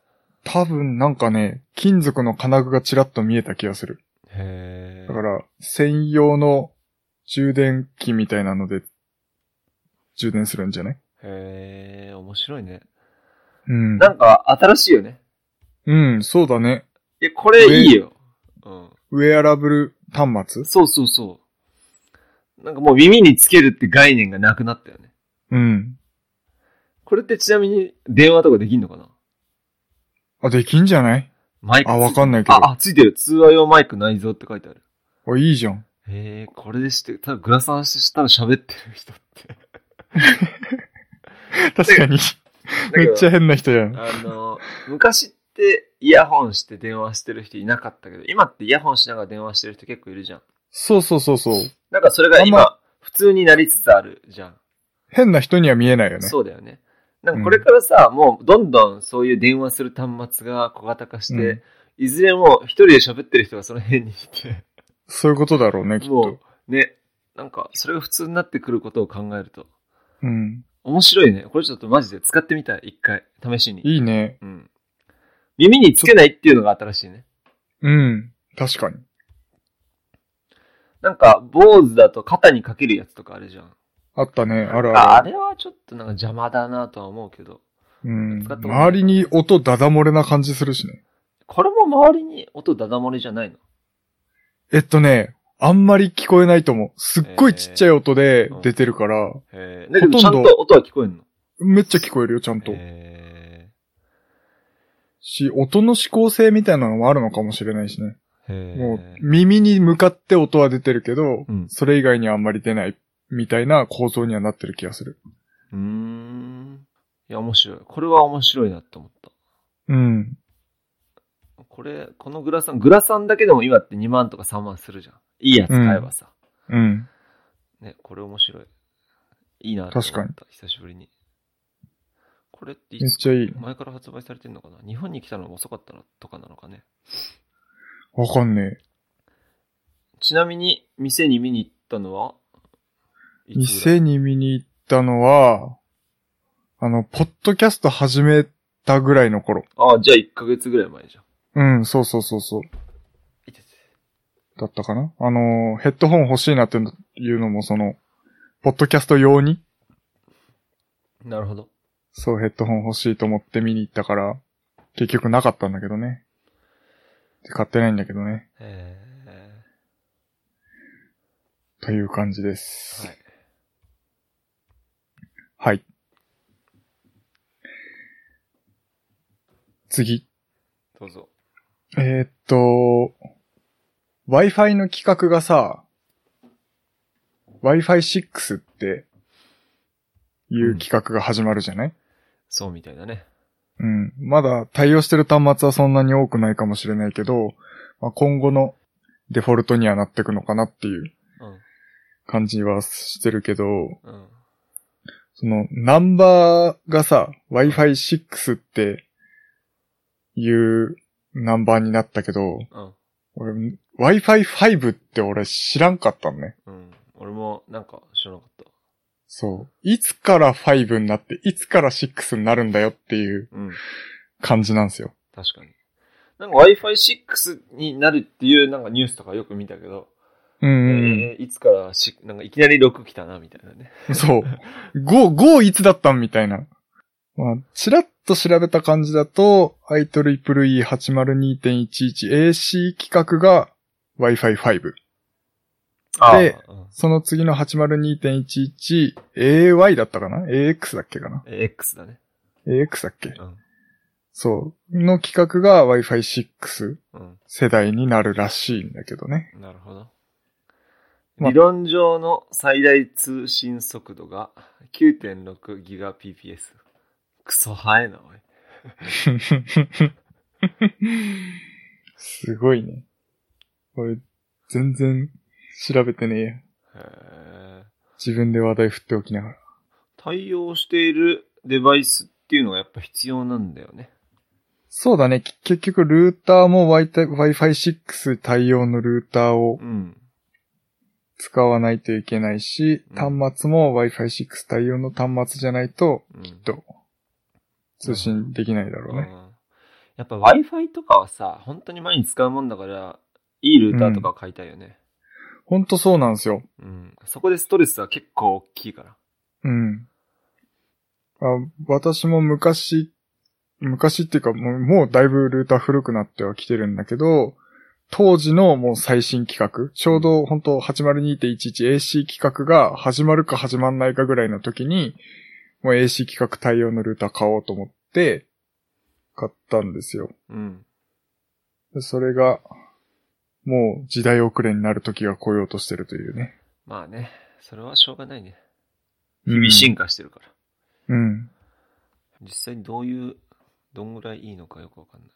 Speaker 2: 多分なんかね、金属の金具がちらっと見えた気がする。
Speaker 1: へえ。
Speaker 2: だから、専用の充電器みたいなので、充電するんじゃない
Speaker 1: へえ、面白いね。
Speaker 2: うん。
Speaker 1: なんか、新しいよね。
Speaker 2: うん、そうだね。
Speaker 1: いや、これいいよ。うん。
Speaker 2: ウェアラブル端末
Speaker 1: そうそうそう。なんかもう耳につけるって概念がなくなったよね。
Speaker 2: うん。
Speaker 1: これってちなみに電話とかできんのかな
Speaker 2: あ、できんじゃない
Speaker 1: マイクつい
Speaker 2: あ、わかんないけど。
Speaker 1: あ、あ、ついてる。通話用マイク内蔵って書いてある。
Speaker 2: あ、いいじゃ
Speaker 1: [LAUGHS]
Speaker 2: ん。
Speaker 1: へえ、これでして、ただグラサンしてしたら喋ってる人って。
Speaker 2: 確かに。めっちゃ変な人じゃん。
Speaker 1: あの、昔ってイヤホンして電話してる人いなかったけど、今ってイヤホンしながら電話してる人結構いるじゃん。
Speaker 2: そうそうそうそう。
Speaker 1: なんかそれが
Speaker 2: あん
Speaker 1: 今、普通になりつつあるじゃん。
Speaker 2: 変な人には見えないよね。
Speaker 1: そうだよね。なんかこれからさ、もうどんどんそういう電話する端末が小型化して、
Speaker 2: うん
Speaker 1: いずれもう一人で喋ってる人がその辺にいて、
Speaker 2: そういうことだろうね、きっ
Speaker 1: も
Speaker 2: と。
Speaker 1: うね、なんかそれが普通になってくることを考えると、
Speaker 2: うん。
Speaker 1: 面白いね。これちょっとマジで使ってみたい。一回、試しに。
Speaker 2: いいね。
Speaker 1: うん。耳につけないっていうのが新しいね。
Speaker 2: うん。確かに。
Speaker 1: なんか、坊主だと肩にかけるやつとかあるじゃん。
Speaker 2: あったね、ある
Speaker 1: あ
Speaker 2: あ
Speaker 1: あ
Speaker 2: る。
Speaker 1: れはちょっとなんか邪魔だなとは思うけど、
Speaker 2: うん。
Speaker 1: 使ったことない
Speaker 2: 周りに音ダダ漏れな感じするしね。
Speaker 1: これも周りに音ダダ漏れじゃないの
Speaker 2: えっとね、あんまり聞こえないと思う。すっごいちっちゃい音で出てるから、
Speaker 1: へえ。だけどちゃん
Speaker 2: ほとん
Speaker 1: と音は聞こえんの
Speaker 2: めっちゃ聞こえるよ、ちゃんと。
Speaker 1: へ
Speaker 2: し、音の指向性みたいなのもあるのかもしれないしね。
Speaker 1: え。へえ。
Speaker 2: もう、耳に向かって音は出てるけど、
Speaker 1: うん
Speaker 2: それ以外にはあんまり出ない、みたいな構造にはなってる気がする。
Speaker 1: うーん。いや、面白い。これは面白いなって思った。
Speaker 2: うん。
Speaker 1: これ、このグラサン、グラサンだけでも今って2万とか3万するじゃん。いいやつ買えばさ。
Speaker 2: うん。
Speaker 1: ね、これ面白い。いいなって
Speaker 2: 確かに
Speaker 1: 思った久しぶりに。これってい
Speaker 2: めっ
Speaker 1: つ
Speaker 2: ちゃいい。
Speaker 1: 前から発売されてんのかな日本に来たのが遅かったのとかなのかね。
Speaker 2: わかんね
Speaker 1: ちなみに、店に見に行ったのは
Speaker 2: え。店に見に行ったのは、あの、ポッドキャスト始めたぐらいの頃。
Speaker 1: ああ、じゃあ1ヶ月ぐらい前じゃん。
Speaker 2: うん、そうそうそうそう。
Speaker 1: いてて
Speaker 2: だったかなあのー、ヘッドホン欲しいなっていうのも、その、ポッドキャスト用に、
Speaker 1: なるほど。
Speaker 2: そうヘッドホン欲しいと思って見に行ったから、結局なかったんだけどね。で買ってないんだけどね。
Speaker 1: え
Speaker 2: という感じです。
Speaker 1: ー、はい。
Speaker 2: はい。次。
Speaker 1: どうぞ。
Speaker 2: えーっと、Wi-Fi の規格がさ、Wi-Fi6 っていう規格が始まるじゃない、
Speaker 1: そうみたいだね。
Speaker 2: うん。まだ対応してる端末はそんなに多くないかもしれないけど、まあ、今後のデフォルトにはなってくのかなっていう感じはしてるけど、
Speaker 1: うん。うん。
Speaker 2: そのナンバーがさ、Wi-Fi6 っていうナンバーになったけど、
Speaker 1: うん。
Speaker 2: 俺、Wi-Fi5 って俺知らんかったのね。
Speaker 1: うん。俺もなんか知らなかった。
Speaker 2: そう。いつから5になって、いつから6になるんだよっていう
Speaker 1: うん。
Speaker 2: 感じなんですよ。
Speaker 1: 確かに。なんか Wi-Fi6 になるっていうなんかニュースとかよく見たけど、
Speaker 2: うん
Speaker 1: え
Speaker 2: うん
Speaker 1: ーいつからし、なんかいきなり6来たな、みたいなね。
Speaker 2: うん。そう。5、5いつだったんみたいな。まあ、ちらっと調べた感じだと、IEEE802.11AC 規格が Wi-Fi5。で
Speaker 1: あー、うん
Speaker 2: その次の 802.11AY だったかな ?AX だっけかな
Speaker 1: えー X だね。
Speaker 2: ?AX だっけ
Speaker 1: うん。
Speaker 2: そう。の規格が Wi-Fi6
Speaker 1: うん。
Speaker 2: 世代になるらしいんだけどね。
Speaker 1: なるほど。
Speaker 2: まあ
Speaker 1: 理論上の最大通信速度が 9.6GBps。クソ早いな、おい。
Speaker 2: すごいね。これ、全然調べてねえや。
Speaker 1: へー
Speaker 2: 自分で話題振っておきながら。
Speaker 1: 対応しているデバイスっていうのがやっぱ必要なんだよね。
Speaker 2: そうだね。き結局、ルーターも Wi- Wi-Fi6 対応のルーターを
Speaker 1: うん。
Speaker 2: 使わないといけないし、
Speaker 1: う
Speaker 2: 端
Speaker 1: ん
Speaker 2: 末も Wi-Fi6 対応の端末じゃないと
Speaker 1: うん
Speaker 2: 通信できないだろう
Speaker 1: う
Speaker 2: ね。
Speaker 1: んやっぱ Wi-Fi とかはさ、本当に毎日使うもんだから、いいルーターとかを買いたいよね。
Speaker 2: ほんとそうなんですよ。
Speaker 1: うん。そこでストレスは結構大きいから。
Speaker 2: うん。あ私も昔、昔っていうかもう、もうだいぶルーター古くなってはきてるんだけど、当時のもう最新規格、ちょうど本当 802.11AC 規格が始まるか始まんないかぐらいの時に、もう AC 規格対応のルーター買おうと思って、買ったんですよ。
Speaker 1: うん。
Speaker 2: でそれが、もう時代遅れになる時が来ようとしてるというね。
Speaker 1: まあね、それはしょうがないね。
Speaker 2: 日
Speaker 1: 日々進化してるから。
Speaker 2: うん。
Speaker 1: 実際にどういう、どんぐらいいいのかよくわかんない。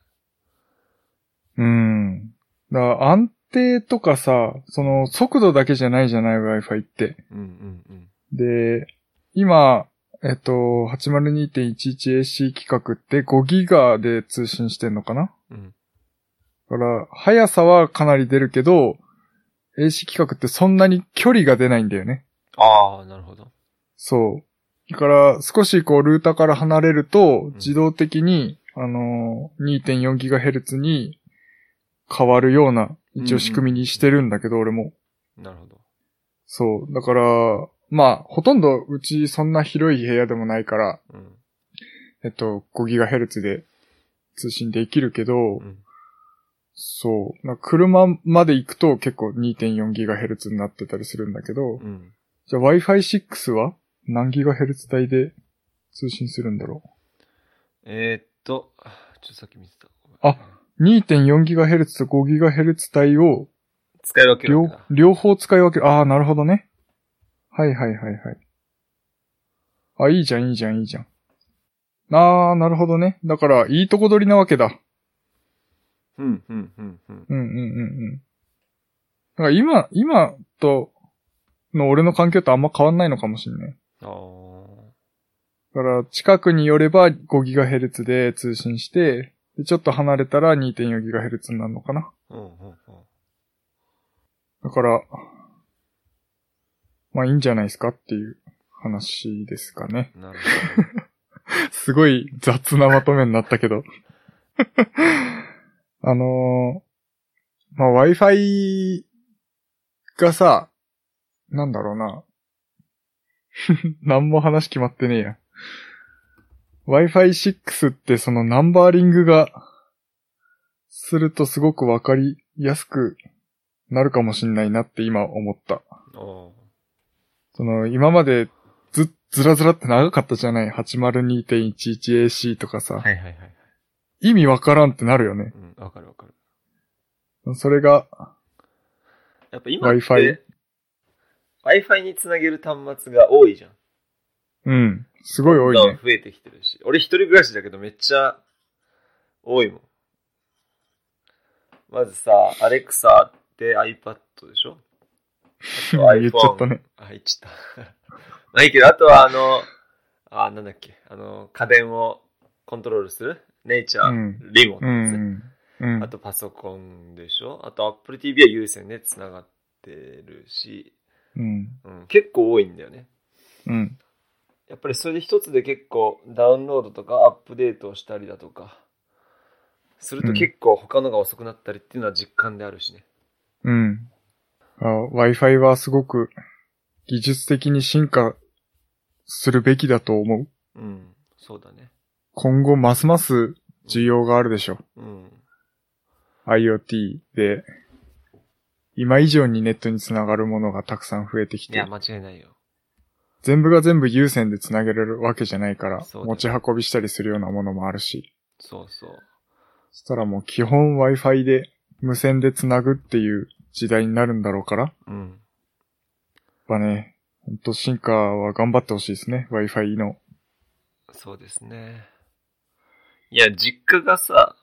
Speaker 2: うん。だから安定とかさ、その速度だけじゃないじゃない Wi-Fi って。
Speaker 1: うんうんうん。
Speaker 2: で、今、えっと、802.11AC 規格って5ギガで通信してんのかな
Speaker 1: うん。
Speaker 2: だから、速さはかなり出るけど、AC 規格ってそんなに距離が出ないんだよね。
Speaker 1: ああ、なるほど。
Speaker 2: そう。だから、少しこう、ルーターから離れると
Speaker 1: ん、
Speaker 2: 自動的に、あのー、2.4GHz に変わるような、一応仕組みにしてるんだけど、俺も。
Speaker 1: なるほど。
Speaker 2: そう。だから、まあ、ほとんどうちそんな広い部屋でもないから、
Speaker 1: うん。
Speaker 2: えっと、5GHz で通信できるけど、
Speaker 1: うん。
Speaker 2: そう。なんか車まで行くと結構 2.4GHz になってたりするんだけど、
Speaker 1: うん。
Speaker 2: じゃあ Wi-Fi6 は何 GHz 帯で通信するんだろ
Speaker 1: えー、っと、ちょっとさっき見てた。
Speaker 2: あう ?2.4GHz と 5GHz 帯を
Speaker 1: 使い分ける
Speaker 2: 両
Speaker 1: わけだ。
Speaker 2: 両方使い分ける。ああ、なるほどね。はいはいはいはい。あ、いいじゃんいいじゃんいいじゃん。ああ、なるほどね。だから、いいとこ取りなわけだ。
Speaker 1: うん、うん、うん、うん。
Speaker 2: うんうんうんうん。だから今、今との俺の環境とあんま変わんないのかもしんない。
Speaker 1: ああ。
Speaker 2: だから、近くによれば 5GHz で通信して、でちょっと離れたら 2.4GHz になるのかな。
Speaker 1: うんうんうん。
Speaker 2: だから、まあいいんじゃないですかっていう話ですかね。
Speaker 1: なる
Speaker 2: すごい雑なまとめになったけど。 [LAUGHS] あのーまあ Wi-Fi がさ、なんだろうな。 [LAUGHS] 何も話決まってねえや。Wi-Fi6 ってそのナンバーリングがするとすごくわかりやすくなるかもしんないなって今思った。
Speaker 1: [LAUGHS] お
Speaker 2: その今までず、ずらずらって長かったじゃない ?802.11AC とかさ、
Speaker 1: はいはいはい。
Speaker 2: 意味わからんってなるよね。
Speaker 1: うん、わかるわかる。
Speaker 2: それが
Speaker 1: やっぱ今って
Speaker 2: Wi-Fi。
Speaker 1: Wi-Fi につなげる端末が多いじゃん。
Speaker 2: うん。すごい多い
Speaker 1: どんど
Speaker 2: ね
Speaker 1: ん。増えてきてるし。俺一人暮らしだけどめっちゃ多いもん。まずさ、アレクサって iPad で
Speaker 2: [LAUGHS]
Speaker 1: しょあと
Speaker 2: 言っちゃったね。
Speaker 1: あ、言っちゃった。 [LAUGHS] まあいいけど、あとはあの、あ、なんだっけ、あの、家電をコントロールするネイチャー、
Speaker 2: うん
Speaker 1: リモン
Speaker 2: う
Speaker 1: トですね
Speaker 2: ん。うん
Speaker 1: あ。とパソコンでしょあと Apple TV は有線で繋がってるし、
Speaker 2: うん。
Speaker 1: うん、結構多いんだよね。
Speaker 2: うん。
Speaker 1: やっぱりそれで一つで結構ダウンロードとかアップデートをしたりだとかすると結構他のが遅くなったりっていうのは実感であるしね。
Speaker 2: うん。あ Wi-Fi はすごく技術的に進化するべきだと思う。
Speaker 1: うん、そうだね。
Speaker 2: 今後ますます需要があるでしょ。
Speaker 1: うん、
Speaker 2: IoT で、今以上にネットにつながるものがたくさん増えてき
Speaker 1: い
Speaker 2: て
Speaker 1: や、間違いないよ。
Speaker 2: 全部が全部有線でつなげれるわけじゃないから、
Speaker 1: そうだよ
Speaker 2: 持ち運びしたりするようなものもあるし、
Speaker 1: そうそう。
Speaker 2: そしたらもう基本 Wi-Fi で無線でつなぐっていう時代になるんだろうから、やっ
Speaker 1: うん、
Speaker 2: ぱね、ほんと進化は頑張ってほしいですね、Wi-Fi の。
Speaker 1: そうですね。いや、実家がさ、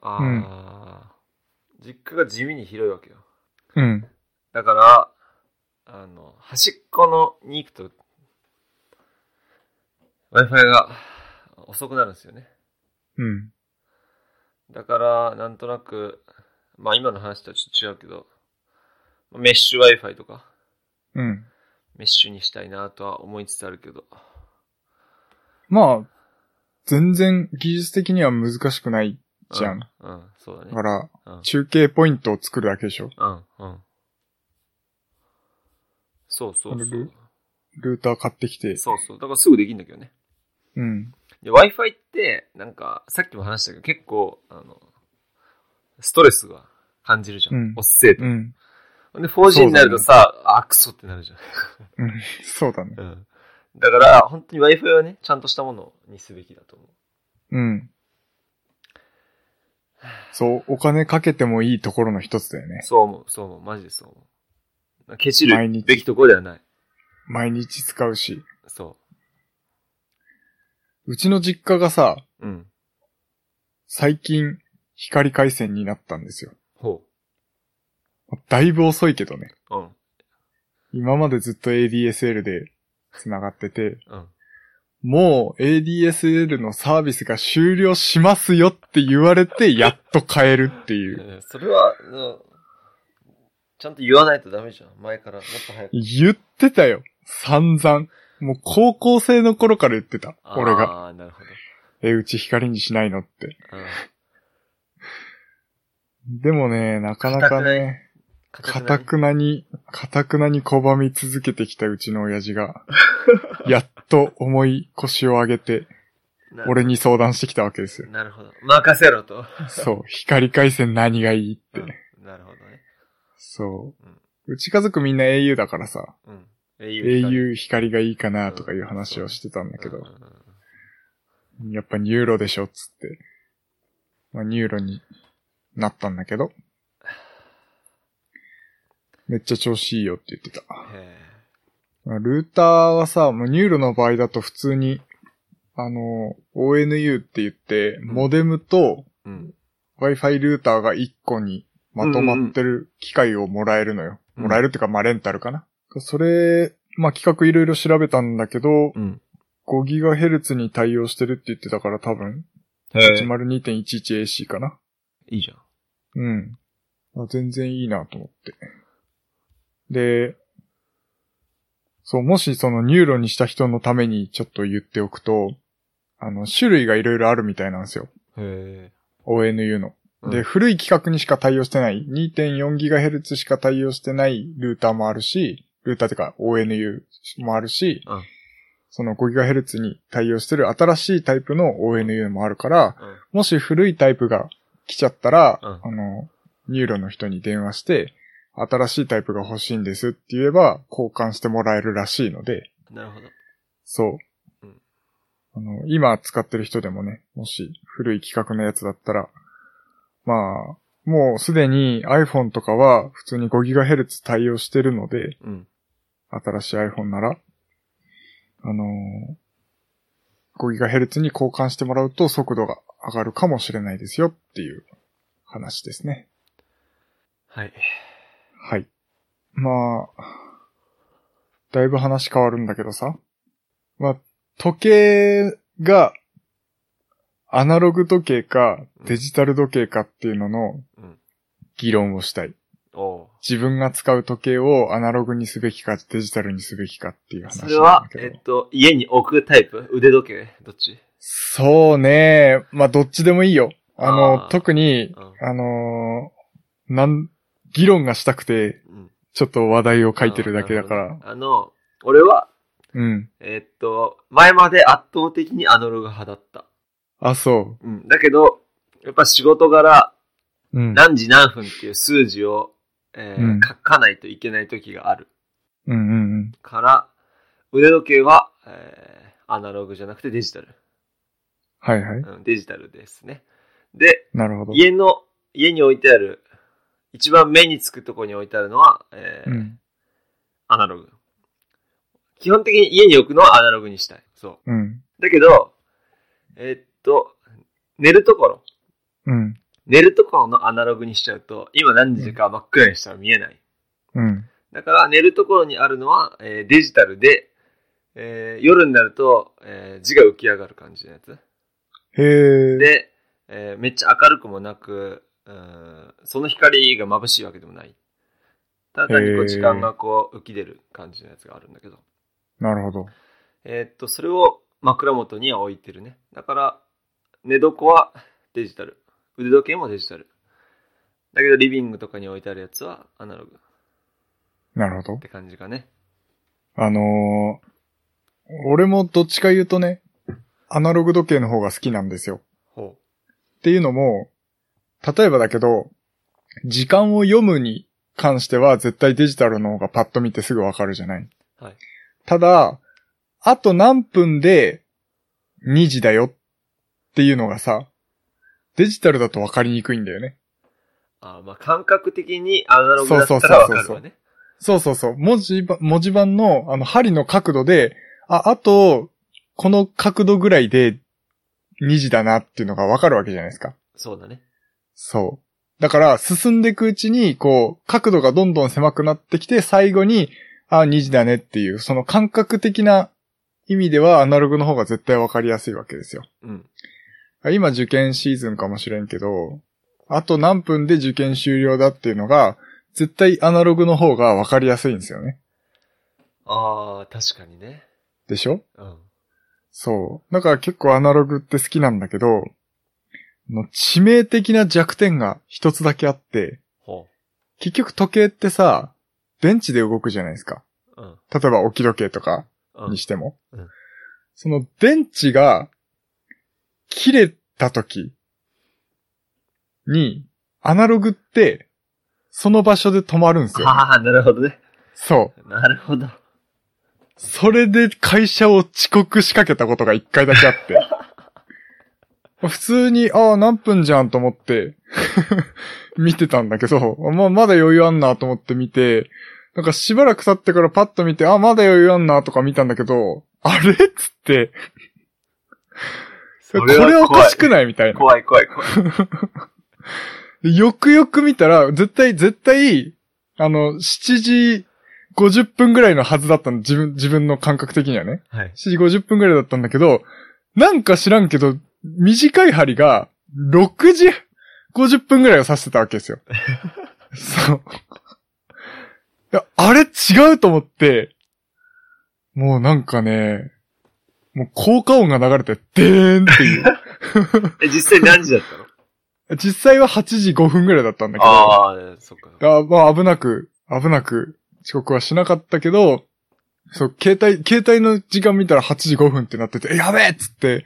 Speaker 1: あー、実家が地味に広いわけよ。
Speaker 2: うん。
Speaker 1: だから、あの、端っこのに行くと、Wi-Fi が遅くなるんですよね。
Speaker 2: うん。
Speaker 1: だから、なんとなく、まあ今の話とはちょっと違うけど、メッシュ Wi-Fi とか、
Speaker 2: うん。
Speaker 1: メッシュにしたいなとは思いつつあるけど、
Speaker 2: まあ、全然技術的には難しくないじゃん。
Speaker 1: うん、うん、そうだね
Speaker 2: だ。から、
Speaker 1: うん
Speaker 2: 中継ポイントを作るだけでしょ。
Speaker 1: うん、うん。そうそうそ
Speaker 2: なる
Speaker 1: う。
Speaker 2: ルーター買ってきて。
Speaker 1: そうそう。だからすぐできるんだけどね。
Speaker 2: うん。
Speaker 1: で、Wi-Fi って、なんか、さっきも話したけど、結構、あの、ストレスが感じるじゃん。
Speaker 2: うん
Speaker 1: おっせえと
Speaker 2: う。ん。
Speaker 1: ほんで、4G になるとさ、あ、クソってなるじ
Speaker 2: うん。 [LAUGHS] そうだね。
Speaker 1: ゃん。うん。だから、本当に Wi-Fi はね、ちゃんとしたものにすべきだと思う。
Speaker 2: うん。そう、お金かけてもいいところの一つだよね。
Speaker 1: そう思う、そう思う、マジでそう思う。ケチ
Speaker 2: 毎
Speaker 1: る
Speaker 2: 日
Speaker 1: べきところではない。
Speaker 2: 毎日使うし。
Speaker 1: そう
Speaker 2: ちの実家がさ、
Speaker 1: う。うん。
Speaker 2: 最近、光回線になったんですよ。
Speaker 1: ほ
Speaker 2: だいぶ遅いけどね。
Speaker 1: う。うん。
Speaker 2: 今までずっと ADSL で繋がってて、
Speaker 1: うん。
Speaker 2: もう ADSL のサービスが終了しますよって言われて、やっと変えるっていう。
Speaker 1: うんそれは、うんちゃんと言わないとダメじゃん。前から、もっと早く。
Speaker 2: 言ってたよ。散々。もう高校生の頃から言ってた。俺が。
Speaker 1: ああ、なるほど。
Speaker 2: え、うち光にしないのって。
Speaker 1: うん。
Speaker 2: でもね、なかなかね、かたくなに、かたくなに拒み続けてきたうちの親
Speaker 1: [LAUGHS]
Speaker 2: 父が、やっと重い腰を上げて、
Speaker 1: な
Speaker 2: 俺に相談してきたわけですよ。
Speaker 1: なるほど。任せろと。 [LAUGHS]
Speaker 2: そう、光回線何がいいって。
Speaker 1: うんなるほどね。
Speaker 2: そう。うち家族みんな au だからさ、
Speaker 1: うん。英雄。
Speaker 2: au 光がいいかなとかいう話をしてたんだけど
Speaker 1: うん、うんうん
Speaker 2: やっぱニューロでしょっつって、まあ、ニューロになったんだけど、
Speaker 1: [LAUGHS]
Speaker 2: めっちゃ調子いいよって言ってた。
Speaker 1: へ
Speaker 2: まあルーターはさ、もうニューロの場合だと普通に、あの、ONU って言って、
Speaker 1: ん
Speaker 2: モデムと
Speaker 1: え。うん。
Speaker 2: Wi-Fi ルーターが1個にまとまってる機械をもらえるのよ。
Speaker 1: うん
Speaker 2: もらえるっていうか、まあ、レンタルかな。それ、まあ、企画いろいろ調べたんだけど
Speaker 1: う、ん。
Speaker 2: 5GHz に対応してるって言ってたから多分、
Speaker 1: へ
Speaker 2: 102.11AC かな。
Speaker 1: いいじゃん。
Speaker 2: うん。あ全然いいなと思って。で、そう、もしそのニューロにした人のためにちょっと言っておくと、あの、種類がいろいろあるみたいなんですよ。
Speaker 1: へ
Speaker 2: ONU の。
Speaker 1: え。
Speaker 2: で、、古い規格にしか対応してない、2.4GHz しか対応してないルーターもあるし、ルーターっていうか ONU もあるし、
Speaker 1: うん
Speaker 2: その 5GHz に対応してる新しいタイプの ONU もあるから、
Speaker 1: うん
Speaker 2: もし古いタイプが来ちゃったら、
Speaker 1: うん
Speaker 2: あの、ニューロの人に電話して、新しいタイプが欲しいんですって言えば、交換してもらえるらしいので、
Speaker 1: なるほど。
Speaker 2: そう。
Speaker 1: うん
Speaker 2: あの、今使ってる人でもね、もし古い企画のやつだったら、まあ、もうすでに iPhone とかは普通に 5GHz 対応してるので、
Speaker 1: うん。
Speaker 2: 新しい iPhone なら、あのー 5GHz に交換してもらうと速度が上がるかもしれないですよっていう話ですね。
Speaker 1: はい。
Speaker 2: はい。まあ、だいぶ話変わるんだけどさ。まあ、時計が、アナログ時計か
Speaker 1: うん
Speaker 2: デジタル時計かっていうのの
Speaker 1: うん。
Speaker 2: 議論をしたい。
Speaker 1: おう
Speaker 2: 自分が使う時計をアナログにすべきかデジタルにすべきかっていう話
Speaker 1: そ
Speaker 2: なんだけ
Speaker 1: れ
Speaker 2: ど。
Speaker 1: は、えっと、家に置くタイプ腕時計どっち
Speaker 2: そうね。まあ、どっちでもいいよ。あの、
Speaker 1: あー
Speaker 2: 特に、
Speaker 1: うん
Speaker 2: あのーなん、議論がしたくて、
Speaker 1: うん。
Speaker 2: ちょっと話題を書いてるだけだか
Speaker 1: あーな
Speaker 2: ら
Speaker 1: るほ。どあの、俺は、
Speaker 2: うん。
Speaker 1: えっと、前まで圧倒的にアナログ派だった。
Speaker 2: あ、そ
Speaker 1: うん。だけど、やっぱ仕事柄、
Speaker 2: う。うん。
Speaker 1: 何時何分っていう数字を、えー
Speaker 2: うん
Speaker 1: 書かないといけない時がある
Speaker 2: うんうんうん。
Speaker 1: から、腕時計は、えーアナログじゃなくてデジタル。
Speaker 2: はいはい。
Speaker 1: うん、デジタルですね。で、
Speaker 2: なるほど。
Speaker 1: 家の、家に置いてある、一番目につくとこに置いてあるのは、えー
Speaker 2: うん。
Speaker 1: アナログ。基本的に家に置くのはアナログにしたい。そう。
Speaker 2: うん。
Speaker 1: だけど、えーっと、寝るところ。
Speaker 2: うん。
Speaker 1: 寝るところのアナログにしちゃうと、今何時か真っ暗にしたら見えない。
Speaker 2: うん。
Speaker 1: だから寝るところにあるのは、えーデジタルで、えー夜になると、えー字が浮き上がる感じのやつ。
Speaker 2: へえ。
Speaker 1: で、えーめっちゃ明るくもなく、うんその光が眩しいわけでもない。ただ単にこ
Speaker 2: へー
Speaker 1: う時間がこう浮き出る感じのやつがあるんだけど。
Speaker 2: なるほど。
Speaker 1: えーっと、それを枕元には置いてるね。だから、寝床はデジタル。腕時計もデジタル。だけど、リビングとかに置いてあるやつはアナログっ
Speaker 2: なるほど。
Speaker 1: て感じかね。
Speaker 2: あのー、俺もどっちか言うとね、アナログ時計の方が好きなんですよ。
Speaker 1: ほ
Speaker 2: っていうのも、例えばだけど、時間を読むに関しては絶対デジタルの方がパッと見てすぐわかるじゃない。
Speaker 1: はい
Speaker 2: ただ、あと何分で2時だよっていうのがさ、デジタルだとわかりにくいんだよね。
Speaker 1: う。あーまあ、感覚的にアナログだった
Speaker 2: そうそ
Speaker 1: ら
Speaker 2: うそ
Speaker 1: わ
Speaker 2: うそ
Speaker 1: かる
Speaker 2: う
Speaker 1: わね。
Speaker 2: そうそうそう。文字ば、文字盤の、あの、針の角度で、あ、あと、この角度ぐらいで2時だなっていうのがわかるわけじゃないですか。
Speaker 1: そうだね。
Speaker 2: そう。だから、進んでいくうちに、こう、角度がどんどん狭くなってきて、最後に、あ、2時だねっていう、その感覚的な意味では、アナログの方が絶対わかりやすいわけですよ。
Speaker 1: うん。
Speaker 2: 今受験シーズンかもしれんけど、あと何分で受験終了だっていうのが、絶対アナログの方がわかりやすいんですよね。
Speaker 1: ああ、確かにね。
Speaker 2: でしょ
Speaker 1: うん。
Speaker 2: そう。だから結構アナログって好きなんだけど、あの致命的な弱点が一つだけあって、
Speaker 1: ほ
Speaker 2: 結局時計ってさ、電池で動くじゃないですか。
Speaker 1: う。うん。
Speaker 2: 例えば置き時計とか
Speaker 1: うん
Speaker 2: に。しても。
Speaker 1: うんうん
Speaker 2: その電池が切れた時に、アナログってその場所で止まるんですよ。
Speaker 1: ああ、なるほどね。
Speaker 2: そう。
Speaker 1: なるほど。
Speaker 2: それで会社を遅刻しかけたことが一回だけあって。普通に、ああ、何分じゃんと思って、 [LAUGHS] 見てたんだけど、まあ、まだ余裕あんなと思って見て、なんかしばらく経ってからパッと見て、あまだ余裕あんなとか見たんだけど、あれっつって、これおかしくないみたいな。
Speaker 1: 怖い怖い怖い。
Speaker 2: よくよく見たら、絶対、絶対、あの、7時50分ぐらいのはずだったの、自分、自分の感覚的にはね。
Speaker 1: はい。
Speaker 2: 7時50分ぐらいだったんだけど、なんか知らんけど、短い針が6時50分ぐらいを指してたわけですよ。そう。いやあれ違うと思って、もうなんかね、もう効果音が流れて、でーんっていう。
Speaker 1: え、実際何時だったの
Speaker 2: 実際は8時5分ぐらいだったんだけど、
Speaker 1: ああ、そっか。
Speaker 2: あまあ危なく、危なく、遅刻はしなかったけど、そう、携帯、携帯の時間見たら8時5分ってなってて、えやべえっつって、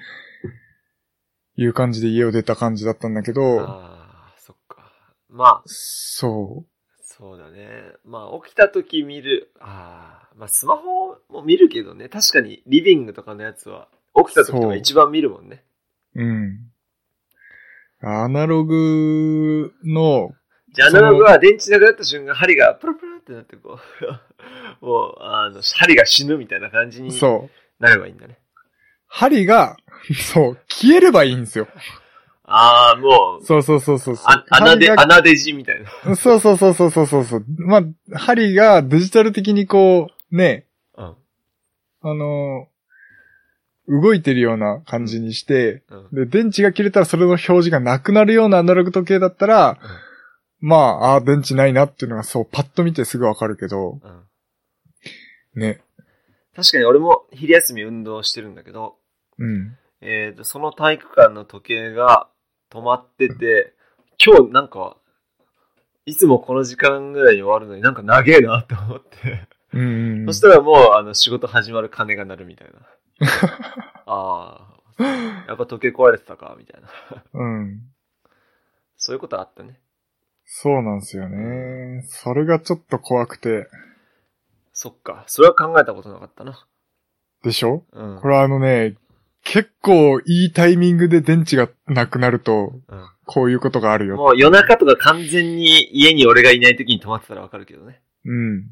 Speaker 2: いう感じで家を出た感じだったんだけど、
Speaker 1: ああ、そっか。まあ、
Speaker 2: そ
Speaker 1: そうだね。まあ、起きた時見る。ああ、まあ、スマホも見るけどね。確かに、リビングとかのやつは、起きた時と
Speaker 2: そ
Speaker 1: か
Speaker 2: う
Speaker 1: 一番見るもんね。
Speaker 2: う、うん。アナログの、
Speaker 1: じゃあ、アナログは電池なくなった瞬間、針がプルプルってなって、こう、 [LAUGHS] もう、あの、針が死ぬみたいな感じに
Speaker 2: そう、
Speaker 1: なればいいんだね。
Speaker 2: 針が、 [LAUGHS] そう、消えればいいんですよ。
Speaker 1: ああ、もう、
Speaker 2: そうそうそうそうそう。
Speaker 1: あ穴で、
Speaker 2: 針が
Speaker 1: 穴でじみたいな。
Speaker 2: そうそうそうそうそうそうそう。まあ、針がデジタル的にこう、ね、
Speaker 1: うん。
Speaker 2: あのー動いてるような感じにして、
Speaker 1: うん。
Speaker 2: で、電池が切れたらそれの表示がなくなるようなアナログ時計だったら、まあ、あー電池ないなっていうのがそう、パッと見てすぐわかるけど、
Speaker 1: うん。
Speaker 2: ね。
Speaker 1: 確かに俺も昼休み運動してるんだけど、
Speaker 2: うん。
Speaker 1: えー、とその体育館の時計が止まってて、今日なんか、いつもこの時間ぐらいに終わるのになんか長えなって思って、
Speaker 2: うんうんうん。
Speaker 1: そしたらもうあの仕事始まる鐘が鳴るみたいな。
Speaker 2: [LAUGHS]
Speaker 1: ああ、やっぱ時計壊れてたか、みたいな。
Speaker 2: うん。
Speaker 1: そういうことあったね。
Speaker 2: そうなんですよね。それがちょっと怖くて、
Speaker 1: そっか、それは考えたことなかったな。
Speaker 2: でしょ
Speaker 1: うん。
Speaker 2: これはあのね、結構いいタイミングで電池がなくなると、
Speaker 1: う
Speaker 2: こういうことがある
Speaker 1: ん、
Speaker 2: よ。
Speaker 1: もう夜中とか完全に家に俺がいない時に止まってたらわかるけどね。
Speaker 2: うん。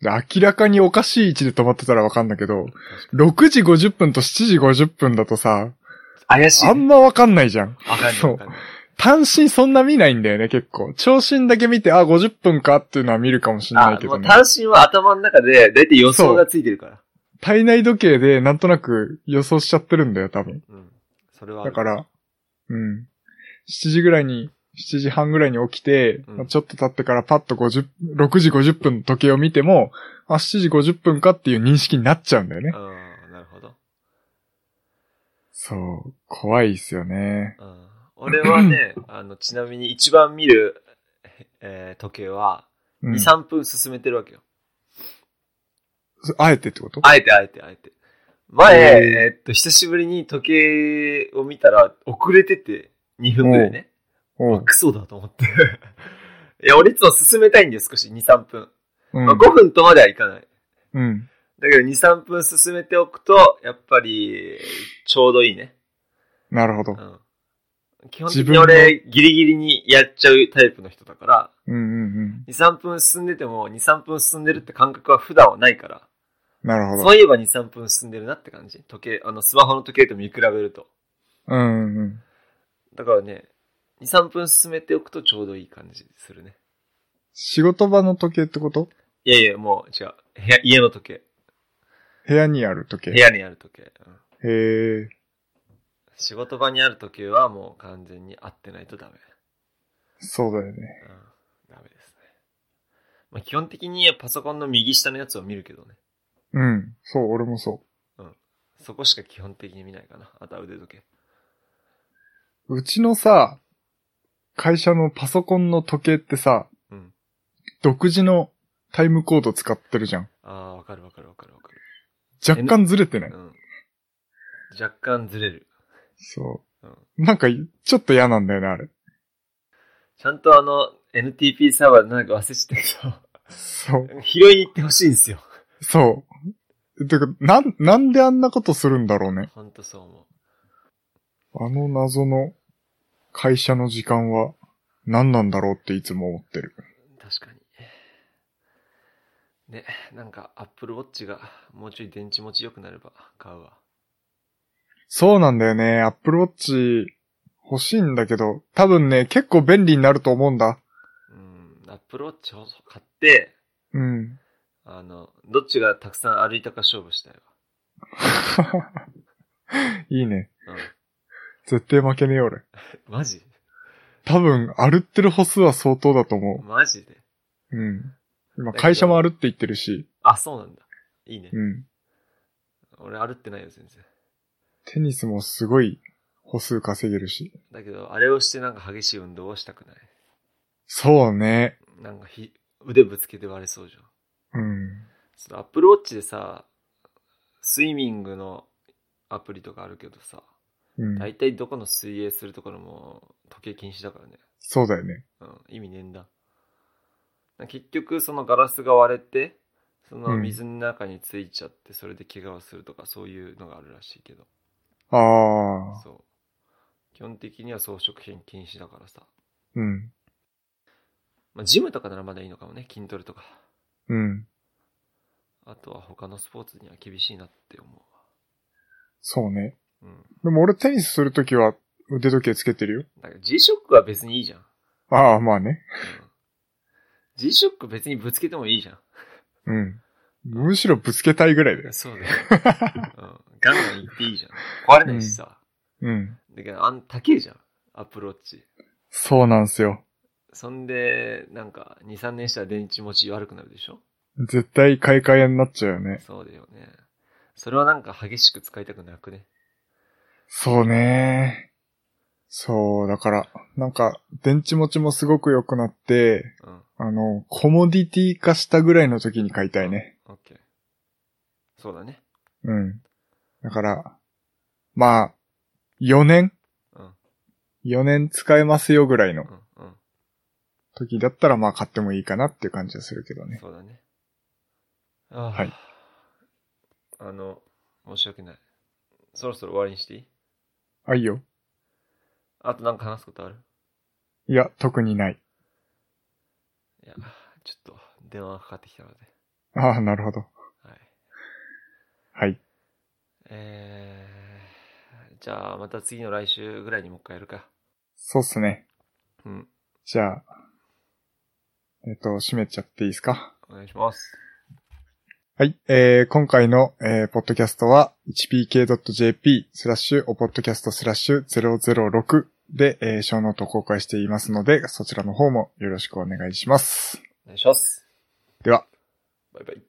Speaker 2: で明らかにおかしい位置で止まってたらわかんだけど、
Speaker 1: 確かに
Speaker 2: 6時50分と7時50分だとさ、
Speaker 1: 怪しい、ね。
Speaker 2: あんまわかんないじゃん。
Speaker 1: わかんないわかんない。
Speaker 2: 単身そんな見ないんだよね、結構。長身だけ見て、あ、50分かっていうのは見るかもしれない
Speaker 1: あ、
Speaker 2: け
Speaker 1: も
Speaker 2: ど
Speaker 1: う
Speaker 2: ね。
Speaker 1: 単身は頭の中で、だいたい予想がついてるから。
Speaker 2: 体内時計でなんとなく予想しちゃってるんだよ、多分。
Speaker 1: うん。それはあ
Speaker 2: だ
Speaker 1: る。
Speaker 2: から、うん。7時ぐらいに、7時半ぐらいに起きて、
Speaker 1: うん
Speaker 2: まあちょっと経ってからパッと50、6時50分の時計を見ても、あ、7時50分かっていう認識になっちゃうんだよね。
Speaker 1: うん、なるほど。
Speaker 2: そう、怖いっすよね。
Speaker 1: うん。俺は
Speaker 2: [CLEARS THROAT]
Speaker 1: ね、あの、ちなみに一番見る、えー時計は、
Speaker 2: う
Speaker 1: 2、
Speaker 2: ん。
Speaker 1: 3分進めてるわけよ。
Speaker 2: あえてってこと
Speaker 1: あえてあえてあえて。前、
Speaker 2: へー
Speaker 1: えーっと、久しぶりに時計を見たら、遅れてて、2分ぐらいね。
Speaker 2: おう
Speaker 1: クソだと思って。 [LAUGHS] いや、俺いつも進めたいんだよ、少し、2、3分。
Speaker 2: うん
Speaker 1: まあ、5分とまではいかない。
Speaker 2: うん。
Speaker 1: だけど、2、3分進めておくと、やっぱり、ちょうどいいね。
Speaker 2: なるほど。
Speaker 1: うん基本的に俺、ギリギリにやっちゃうタイプの人だから、
Speaker 2: うんうんうん。
Speaker 1: 2、3分進んでても、2、3分進んでるって感覚は普段はないから、
Speaker 2: なるほど。
Speaker 1: そういえば2、3分進んでるなって感じ。時計、あの、スマホの時計と見比べると。
Speaker 2: うんうんうん。
Speaker 1: だからね、2、3分進めておくとちょうどいい感じするね。
Speaker 2: 仕事場の時計ってこと
Speaker 1: いやいや、もう違う。部屋、家の時計。
Speaker 2: 部屋にある時計。
Speaker 1: 部屋にある時計。うん
Speaker 2: へえ。
Speaker 1: 仕事場にある時計はもう完全に合ってないとダメ。
Speaker 2: そうだよね。
Speaker 1: うん、ダメですね。まあ、基本的にパソコンの右下のやつを見るけどね。
Speaker 2: うん。そう、俺もそ
Speaker 1: そこしか基本的に見ないかな。あとは腕時計。
Speaker 2: う。うちのさ、会社のパソコンの時計ってさ、
Speaker 1: うん。
Speaker 2: 独自のタイムコード使ってるじゃん。
Speaker 1: ああ、わかるわかるわかるわかる。
Speaker 2: 若干ずれてない。
Speaker 1: うん。若干ずれる。
Speaker 2: そ
Speaker 1: うん。
Speaker 2: う。なんか、ちょっと嫌なんだよね、あれ。
Speaker 1: ちゃんとあの、NTP サーバーでなんか忘れてた
Speaker 2: そう。
Speaker 1: けど、 [LAUGHS] 拾いに行ってほしいんですよ。
Speaker 2: そう。てか、なん、なんであんなことするんだろうね。
Speaker 1: ほんとそう思
Speaker 2: あの謎の会社の時間は何なんだろうっていつも思ってる。
Speaker 1: う。確かに。ね、なんか Apple Watch がもうちょい電池持ち良くなれば買うわ。
Speaker 2: そうなんだよね。Apple Watch 欲しいんだけど、多分ね、結構便利になると思うんだ。
Speaker 1: うん、Apple Watch を買って、
Speaker 2: うん。 [LAUGHS]
Speaker 1: あの、どっちがたくさん歩いたか勝負したい
Speaker 2: いいね。
Speaker 1: わ。
Speaker 2: 絶対負けねえよ、俺。
Speaker 1: うん。マジ
Speaker 2: 多分、歩ってる歩数は相当だと思
Speaker 1: マジで
Speaker 2: う。うん。今、会社も歩って言ってるし。
Speaker 1: あ、そうなんだ。いいね。
Speaker 2: うん。
Speaker 1: 俺歩ってないよ、全然。
Speaker 2: テニスもすごい歩数稼げるし。
Speaker 1: だけど、あれをしてなんか激しい運動をしたくない。
Speaker 2: そうね。
Speaker 1: なんかひ、腕ぶつけて割れそうじゃん。
Speaker 2: うん。
Speaker 1: そのアップルウォッチでさ、スイミングのアプリとかあるけどさ、
Speaker 2: うん。
Speaker 1: 大体どこの水泳するところも時計禁止だからね。
Speaker 2: そうだよね。
Speaker 1: うん、意味ねえんだ。結局、そのガラスが割れて、その
Speaker 2: うん
Speaker 1: 水の中についちゃって、それで怪我をするとか、そういうのがあるらしいけど。
Speaker 2: ああ。
Speaker 1: そう。基本的には装飾品禁止だからさ。
Speaker 2: うん。
Speaker 1: まあ、ジムとかならまだいいのかもね、筋トレとか。
Speaker 2: うん。
Speaker 1: あとは他のスポーツには厳しいなって思
Speaker 2: そうね。
Speaker 1: うわ。うん。
Speaker 2: でも俺テニスするときは腕時計つけてるよ。
Speaker 1: だから G-SHOCK は別にいいじゃん。うん。
Speaker 2: ああ、まあね。
Speaker 1: G-SHOCK 別にぶつけてもいいじゃん。
Speaker 2: うん。むしろぶつけたいぐらいだよ。
Speaker 1: そうだよ。うん。ガンガン行っていいじゃん。壊れないしさ。
Speaker 2: うん。
Speaker 1: だけど、あん、高えじゃん。アップローチ。
Speaker 2: そうなんすよ。
Speaker 1: そんで、なんか、2、3年したら電池持ち悪くなるでしょ
Speaker 2: 絶対買い替えになっちゃうよね。
Speaker 1: そうだよね。それはなんか激しく使いたくなくね。
Speaker 2: そうね。そう、だから、なんか、電池持ちもすごく良くなって、
Speaker 1: うん。
Speaker 2: あの、コモディティ化したぐらいの時に買いたいね。
Speaker 1: オッケー。そうだね。
Speaker 2: うん。だから、まあ、4年
Speaker 1: うん。
Speaker 2: ?4 年使えますよぐらいの
Speaker 1: うん。う
Speaker 2: 時だったら、まあ買ってもいいかなっていう感じはするけど
Speaker 1: ん。
Speaker 2: ね。
Speaker 1: そうだね。ああ。
Speaker 2: はい。
Speaker 1: あの、申し訳ない。そろそろ終わりにしていい
Speaker 2: あ、いいよ。
Speaker 1: あとなんか話すことある
Speaker 2: いや、特にない。
Speaker 1: いや、ちょっと電話がかかってきたので。
Speaker 2: ああ、なるほど。
Speaker 1: はい。
Speaker 2: はい。
Speaker 1: えー、じゃあまた次の来週ぐらいにもう一回やるか。
Speaker 2: そうっすね。
Speaker 1: うん。
Speaker 2: じゃあ、えっと、閉めちゃっていいですか
Speaker 1: お願いします。
Speaker 2: はい、えー、今回の、えー、ポッドキャストは hpk.jp スラッシュおポッドキャストスラッシュ006で、えー、小ノートを公開していますので、そちらの方もよろしくお願いします。
Speaker 1: お願いします。
Speaker 2: では。
Speaker 1: バイバイ。